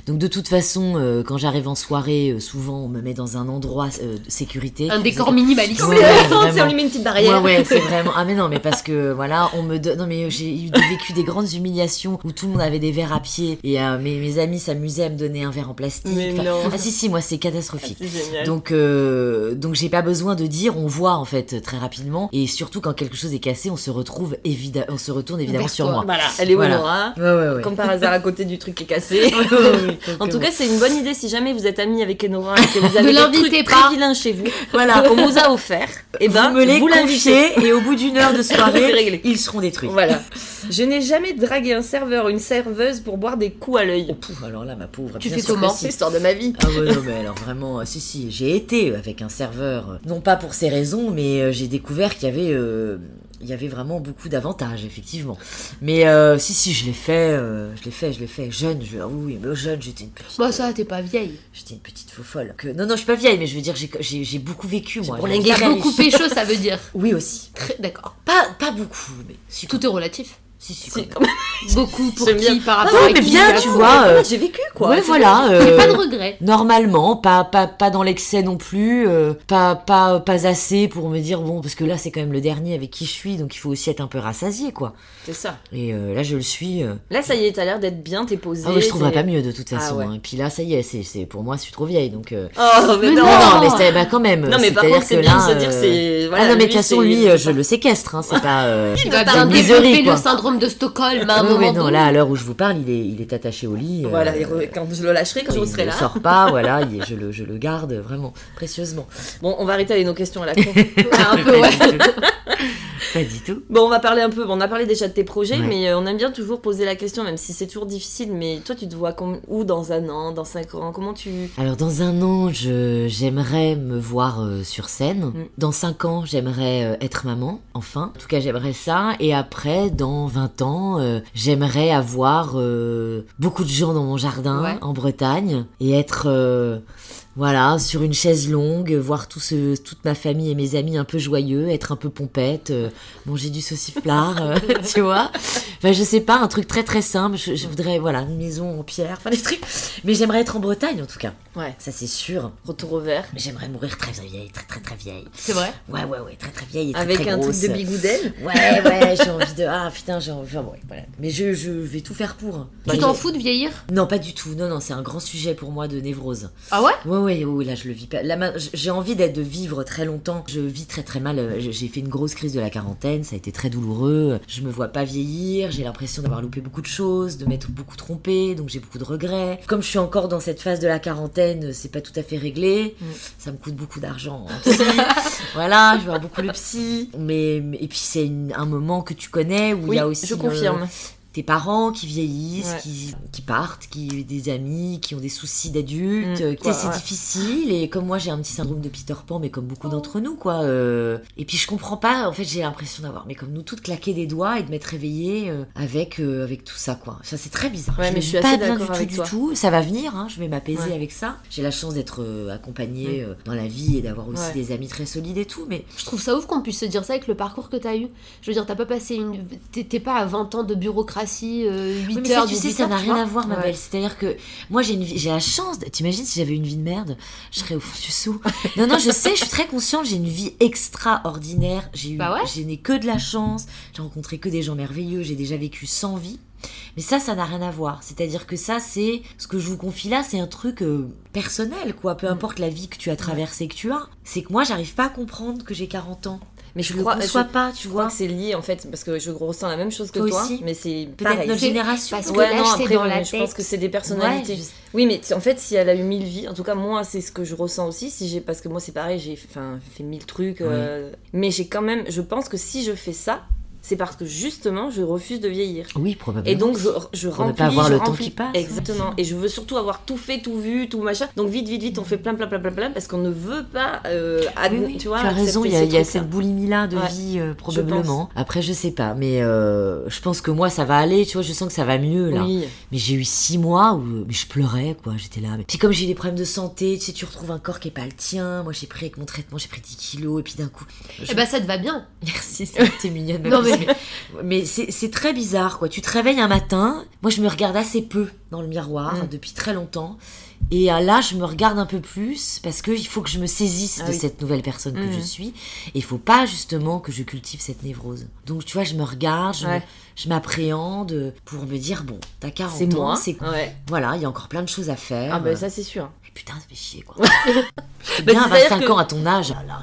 S5: Donc, de toute façon, euh, quand j'arrive en soirée, euh, souvent, on me met dans un endroit euh, de sécurité.
S4: un
S5: Vous
S4: décor
S5: avez-
S4: minimaliste.
S5: Ouais, ouais, vraiment.
S1: met une petite
S5: Ouais, ouais, c'est vraiment. Ah, mais non, mais parce que voilà, on me donne. Non, mais j'ai eu des- vécu des grandes humiliations où tout le monde avait des verres à pied et euh, mes, mes amis s'amusaient à me donner un verre en plastique.
S1: Mais non.
S5: Ah, si, si, moi, c'est catastrophique.
S1: C'est génial.
S5: Donc, euh, donc j'ai pas besoin de dire, on voit en fait très rapidement, et surtout quand quelque chose est cassé, on se retrouve évidemment, on se retourne évidemment
S4: Vers
S5: sur
S4: toi.
S5: moi.
S1: voilà, elle est
S5: Voilà.
S1: Honora,
S5: Ouais, ouais, ouais.
S1: comme par hasard à côté du truc qui est cassé. En tout cas, c'est une bonne idée si jamais vous êtes amis avec Enora et que vous avez des
S4: l'invitez
S1: trucs
S4: pas.
S1: très vilains chez vous
S5: voilà,
S1: qu'on vous a offert. Et ben,
S5: vous me les
S1: l'invitez.
S5: confiez et au bout d'une heure de
S1: C'est
S5: soirée,
S1: réglé.
S5: ils seront détruits.
S1: Voilà. Je n'ai jamais dragué un serveur ou une serveuse pour boire des coups à l'œil.
S5: Pouf, alors là, ma pauvre.
S4: Tu
S5: bien
S4: fais
S5: sûr que
S4: comment
S5: si.
S1: l'histoire de ma vie.
S5: Ah ouais, non, mais alors vraiment, euh, si, si, j'ai été avec un serveur, euh, non pas pour ces raisons, mais euh, j'ai découvert qu'il y avait... euh, il y avait vraiment beaucoup d'avantages, effectivement. Mais euh, si, si, je l'ai fait, euh, je l'ai fait, je l'ai fait. Jeune, je, ah oui, mais jeune, j'étais une petite.
S4: Moi, Bah, ça, t'es pas vieille.
S5: J'étais une petite faux folle. Que... Non, non, je suis pas vieille, mais je veux dire, j'ai- j'ai j'ai beaucoup vécu, moi.
S1: pour
S5: J'ai
S1: la
S5: été
S1: guerre.
S5: très
S4: T'as beaucoup
S5: riche.
S4: pécho, ça veut dire.
S5: Oui, aussi.
S4: Très- D'accord.
S5: Pas, pas beaucoup, mais si,
S4: Tout est relatif.
S5: si, si,
S1: C'est
S5: quand
S1: comme
S4: Beaucoup pour
S1: J'aime
S4: qui
S1: bien.
S4: par
S5: même.
S4: rapport
S5: Non,
S4: à
S5: non, mais
S4: qui,
S5: bien,
S4: d'accord.
S5: tu vois. euh,
S1: j'ai vécu quoi.
S5: ouais, voilà.
S4: J'ai
S5: euh,
S4: pas de regrets.
S5: Normalement, pas, pas, pas dans l'excès non plus, euh, pas, pas, pas assez pour me dire, bon, parce que là, c'est quand même le dernier avec qui je suis, donc il faut aussi être un peu rassasié, quoi.
S1: C'est ça.
S5: Et euh, là, je le suis. euh,
S1: Là, ça y est, t'as l'air d'être bien, t'es posée.
S5: Ah, ouais, je trouverais
S1: t'es-
S5: pas mieux, de toute
S1: Ah,
S5: façon.
S1: ouais.
S5: hein. Et puis là, ça y est, c'est c'est- pour moi, je suis trop vieille, donc. euh,
S1: Oh, mais,
S4: Mais
S1: non.
S5: Non,
S1: non.
S5: mais c'est bah, quand même.
S1: mais par
S5: c'est-à-dire
S1: contre, c'est
S5: que
S1: bien
S5: là,
S1: de se dire,
S5: euh,
S1: c'est. voilà,
S5: ah non, mais de
S1: lui,
S5: toute façon,
S1: c'est-
S5: lui, euh, je le séquestre, hein, c'est pas. euh,
S4: Il va
S1: t'as
S4: bien
S1: une
S4: développer
S5: miserie,
S4: le
S5: quoi.
S4: syndrome de Stockholm à un
S5: oui,
S4: moment
S5: oui, non,
S4: donné.
S5: là, à l'heure où je vous parle, il est, il est attaché au lit. euh,
S1: Voilà, et re- quand je le lâcherai, quand je
S5: il
S1: serai
S5: ne
S1: là.
S5: sort pas, voilà, il est- je, le, je le garde vraiment précieusement.
S1: Bon, on va arrêter avec nos questions à la con.
S4: Ah, un peu, ouais.
S5: Pas du tout. Pas du tout.
S1: Bon, on va parler un peu. bon, on a parlé déjà de tes projets,
S5: Ouais.
S1: mais euh, on aime bien toujours poser la question, même si c'est toujours difficile. Mais toi, tu te vois comme- où dans un an, dans cinq ans Comment tu.
S5: Alors, dans un an, je- j'aimerais me voir euh, sur scène.
S1: Mm.
S5: Dans cinq ans, j'aimerais euh, être maman, enfin. En tout cas, j'aimerais ça. Et après, dans 20 ans, euh, j'aimerais avoir euh, beaucoup de gens dans mon jardin,
S4: Ouais.
S5: en Bretagne, et être euh, Voilà, sur une chaise longue, voir tout ce, toute ma famille et mes amis un peu joyeux, être un peu pompette, euh, manger du sauciflard, euh, tu vois. Enfin, je sais pas, un truc très très simple. Je, je voudrais, voilà, une maison en pierre, enfin des trucs. Mais j'aimerais être en Bretagne en tout cas.
S1: Ouais.
S5: Ça c'est sûr.
S1: Retour au vert.
S5: Mais J'aimerais mourir très très vieille, très très très vieille.
S1: C'est vrai
S5: Ouais, ouais, ouais, très très vieille et très,
S1: Avec
S5: très
S1: un
S5: grosse.
S1: truc de bigouden.
S5: Ouais, ouais, j'ai envie de. Ah putain, j'ai envie. Enfin, ouais, voilà. Mais je, je vais tout faire pour.
S4: Tu
S5: Bah,
S4: t'en
S5: je-
S4: fous de vieillir
S5: Non, pas du tout. Non, non, c'est un grand sujet pour moi de névrose.
S4: Ah ouais
S5: Ouais, ouais, ouais, là je le vis pas. Là, ma- j'ai envie d'être de vivre très longtemps. Je vis très très mal. Euh, J'ai fait une grosse crise de la quarantaine, ça a été très douloureux. Je me vois pas vieillir, j'ai l'impression d'avoir loupé beaucoup de choses, de m'être beaucoup trompée, donc j'ai beaucoup de regrets. Comme je suis encore dans cette phase de la quarantaine, euh, c'est pas tout à fait réglé.
S1: Mm.
S5: Ça me coûte beaucoup d'argent. en psy. voilà, je vais voir beaucoup le psy. Mais, mais- et puis c'est une- un moment que tu connais où il
S1: Oui,
S5: y a aussi euh,
S1: je
S5: le-
S1: confirme.
S5: tes parents qui vieillissent,
S1: Ouais.
S5: qui, qui partent, qui des amis, qui ont des soucis d'adultes.
S1: Mm,
S5: euh, tu sais,
S1: ouais,
S5: c'est
S1: ouais.
S5: difficile. Et comme moi, j'ai un petit syndrome de Peter Pan, mais comme beaucoup d'entre nous, quoi. euh, et puis je comprends pas. En fait, j'ai l'impression d'avoir, mais comme nous, toutes claquer des doigts et de m'être réveillée euh, avec euh, avec tout ça, quoi. Ça, c'est très bizarre.
S1: Ouais, mais
S5: le
S1: je
S5: vis
S1: suis
S5: pas
S1: assez
S5: bien du
S1: d'accord
S5: tout,
S1: avec
S5: du
S1: toi.
S5: tout. Ça va venir. hein, je vais m'apaiser
S1: Ouais. Mm.
S5: avec ça. J'ai la chance d'être euh, accompagnée euh, dans la vie et d'avoir aussi
S1: Ouais.
S5: des amis très solides et tout. Mais
S4: Je trouve ça ouf qu'on puisse se dire ça avec le parcours que t'as eu. Je veux dire, t'as pas passé une. T'es t'es pas à 20 ans de bureaucratie, euh, 8
S5: Oui, mais ça,
S4: heures,
S5: tu sais,
S4: 18
S5: ça
S4: heures,
S5: n'a
S4: tu
S5: rien
S4: vois.
S5: à voir, ma
S1: Ouais.
S5: belle. C'est-à-dire que moi, j'ai une vie, j'ai la chance. de- T'imagines si j'avais une vie de merde, je serais au fond du seau. non, non, je sais, je suis très consciente. J'ai une vie extraordinaire. J'ai eu,
S4: Bah ouais.
S5: je n'ai que de la chance. J'ai rencontré que des gens merveilleux. J'ai déjà vécu 100 vies. Mais ça, ça n'a rien à voir. C'est-à-dire que ça, c'est ce que je vous confie là, c'est un truc euh, personnel, quoi. Peu importe la vie que tu as traversée, que tu as, c'est que moi, j'arrive pas à comprendre que j'ai 40 ans.
S1: Mais
S5: Je
S1: je
S5: le
S1: crois, je
S5: conçois pas, tu
S1: crois
S5: vois.
S1: que c'est lié en fait parce que je ressens la même chose que
S5: Toi
S1: toi,
S5: aussi
S1: mais c'est
S5: Peut-être
S1: pareil.
S5: notre génération.
S4: parce
S1: Ouais,
S4: que l'âge,
S1: non,
S4: c'est
S1: après,
S4: dans
S1: ouais,
S4: la
S1: mais je pense
S4: tête.
S1: que c'est des personnalités.
S5: Ouais, je-
S1: Oui, mais c'est- en fait, si elle a eu mille vies, en tout cas, moi, c'est ce que je ressens aussi. Si j'ai, parce que moi, c'est pareil, j'ai enfin, fait mille trucs, euh, mais j'ai quand même, je pense que si je fais ça, c'est parce que justement, je refuse de vieillir.
S5: Oui, probablement.
S1: Et donc je, je
S5: Pour ne
S1: remplis,
S5: pas avoir
S1: je
S5: le temps
S1: remplis.
S5: qui passe.
S1: Exactement. Et je veux surtout avoir tout fait, tout vu, tout machin. Donc vite, vite, vite, on fait plein, plein, plein, plein, plein, parce qu'on ne veut pas. euh, ad-
S5: Oui, oui,
S1: Tu vois.
S5: as
S1: accepter
S5: raison, il y a,
S1: ces
S5: il y a
S1: trucs-là.
S5: cette boulimie-là de
S1: Ouais,
S5: vie, euh, probablement. Après, je sais pas, mais euh, je pense que moi, ça va aller, tu vois, je sens que ça va mieux, là.
S1: Oui.
S5: Mais j'ai eu six mois où euh, mais je pleurais, quoi, j'étais là. Mais... Puis comme j'ai eu des problèmes de santé, tu sais, tu retrouves un corps qui est pas le tien. Moi, j'ai pris avec mon traitement, j'ai pris 10 kilos, et puis d'un coup,
S4: Eh ben, ça te va bien.
S5: Merci, c'était mignonne. ma
S4: Non,
S5: petite. mais c'est c'est très bizarre, quoi. Tu te réveilles un matin, moi je me regarde assez peu dans le miroir
S1: Mm.
S5: depuis très longtemps. Et euh, là, je me regarde un peu plus parce que il faut que je me saisisse
S1: Ah
S5: de
S1: oui.
S5: cette nouvelle personne que
S1: Mm.
S5: je suis. Et il faut pas justement que je cultive cette névrose. Donc, tu vois, je me regarde, je me-
S1: Ouais.
S5: je m'appréhende pour me dire bon, t'as 40
S1: C'est
S5: ans,
S1: moi.
S5: c'est cool.
S1: Ouais.
S5: Voilà, il y a encore plein de choses à faire.
S1: Ah ben ça c'est sûr.
S5: Mais Putain, ça fait chier quoi. J'étais
S1: Bah,
S5: bien à
S1: c'est-à-dire
S5: 25
S1: que-
S5: ans à ton âge. Oh là, là.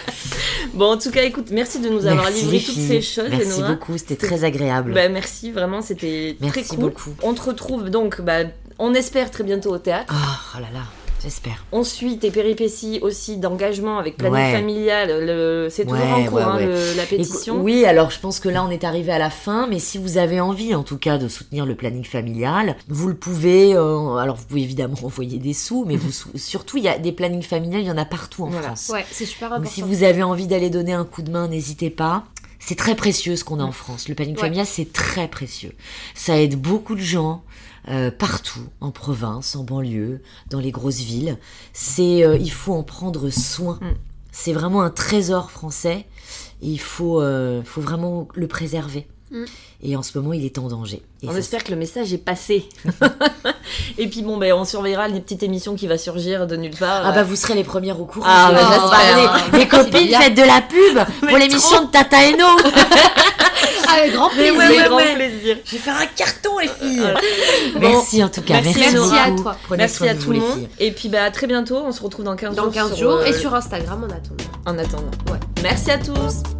S1: Bon en tout cas écoute, merci de nous avoir
S5: Merci,
S1: livré
S5: les
S1: toutes
S5: filles.
S1: ces choses.
S5: Merci
S1: Enora.
S5: beaucoup, c'était très agréable.
S1: Bah, merci vraiment, c'était très
S5: Merci
S1: cool.
S5: beaucoup.
S1: On te retrouve donc, bah, on espère très bientôt au théâtre.
S5: Ah, oh là là, j'espère.
S1: On suit tes péripéties aussi d'engagement avec planning
S5: Ouais.
S1: familial. le- C'est toujours
S5: Ouais,
S1: en cours
S5: ouais,
S1: hein,
S5: ouais.
S1: le- la
S5: Écou-
S1: pétition.
S5: oui, alors je pense que là on est arrivé à la fin, mais si vous avez envie en tout cas de soutenir le planning familial, vous le pouvez. euh, alors vous pouvez évidemment envoyer des sous, mais vous, sou- surtout il y a des plannings familiales, il y en a partout en
S1: Voilà.
S5: France.
S4: Ouais, c'est super
S5: Donc
S4: important.
S5: si vous avez envie d'aller donner un coup de main, n'hésitez pas. C'est très précieux ce qu'on a en France. Le planning
S4: Ouais.
S5: familial, c'est très précieux. Ça aide beaucoup de gens euh, partout, en province, en banlieue, dans les grosses villes. C'est, euh, il faut en prendre soin.
S1: Mm.
S5: C'est vraiment un trésor français et il faut, euh, faut vraiment le préserver.
S4: Mm.
S5: Et en ce moment, il est en danger. Et
S1: on
S5: ça,
S1: espère que le message est passé. Et puis bon, ben on surveillera les petites émissions qui va surgir de nulle part. Euh,
S5: Ah bah vous serez les premières au courant.
S1: Ah
S5: je-
S1: bah,
S5: je
S1: j'espère.
S5: parler.
S4: Ah,
S5: Mes copines,
S4: bien.
S5: faites de la pub
S1: Mais
S5: pour l'émission de Tata Eno.
S4: Avec Ah, grand plaisir.
S1: ouais,
S5: ouais,
S1: grand
S5: ouais.
S1: plaisir.
S5: Je vais faire un carton, les filles.
S1: Euh,
S5: merci en tout cas.
S1: merci
S5: Merci,
S4: Nora.
S5: beaucoup.
S4: à toi.
S5: Prenez
S1: Merci
S5: soin
S1: à
S5: de
S1: tout
S5: vous,
S1: le
S5: les
S1: monde.
S5: filles.
S1: Et puis bah, à très bientôt. On se retrouve dans 15
S4: Dans
S1: jours.
S4: 15
S1: sur,
S4: jours.
S1: euh,
S4: Et sur Instagram, on attend.
S1: En attendant.
S4: Ouais.
S1: Merci à tous.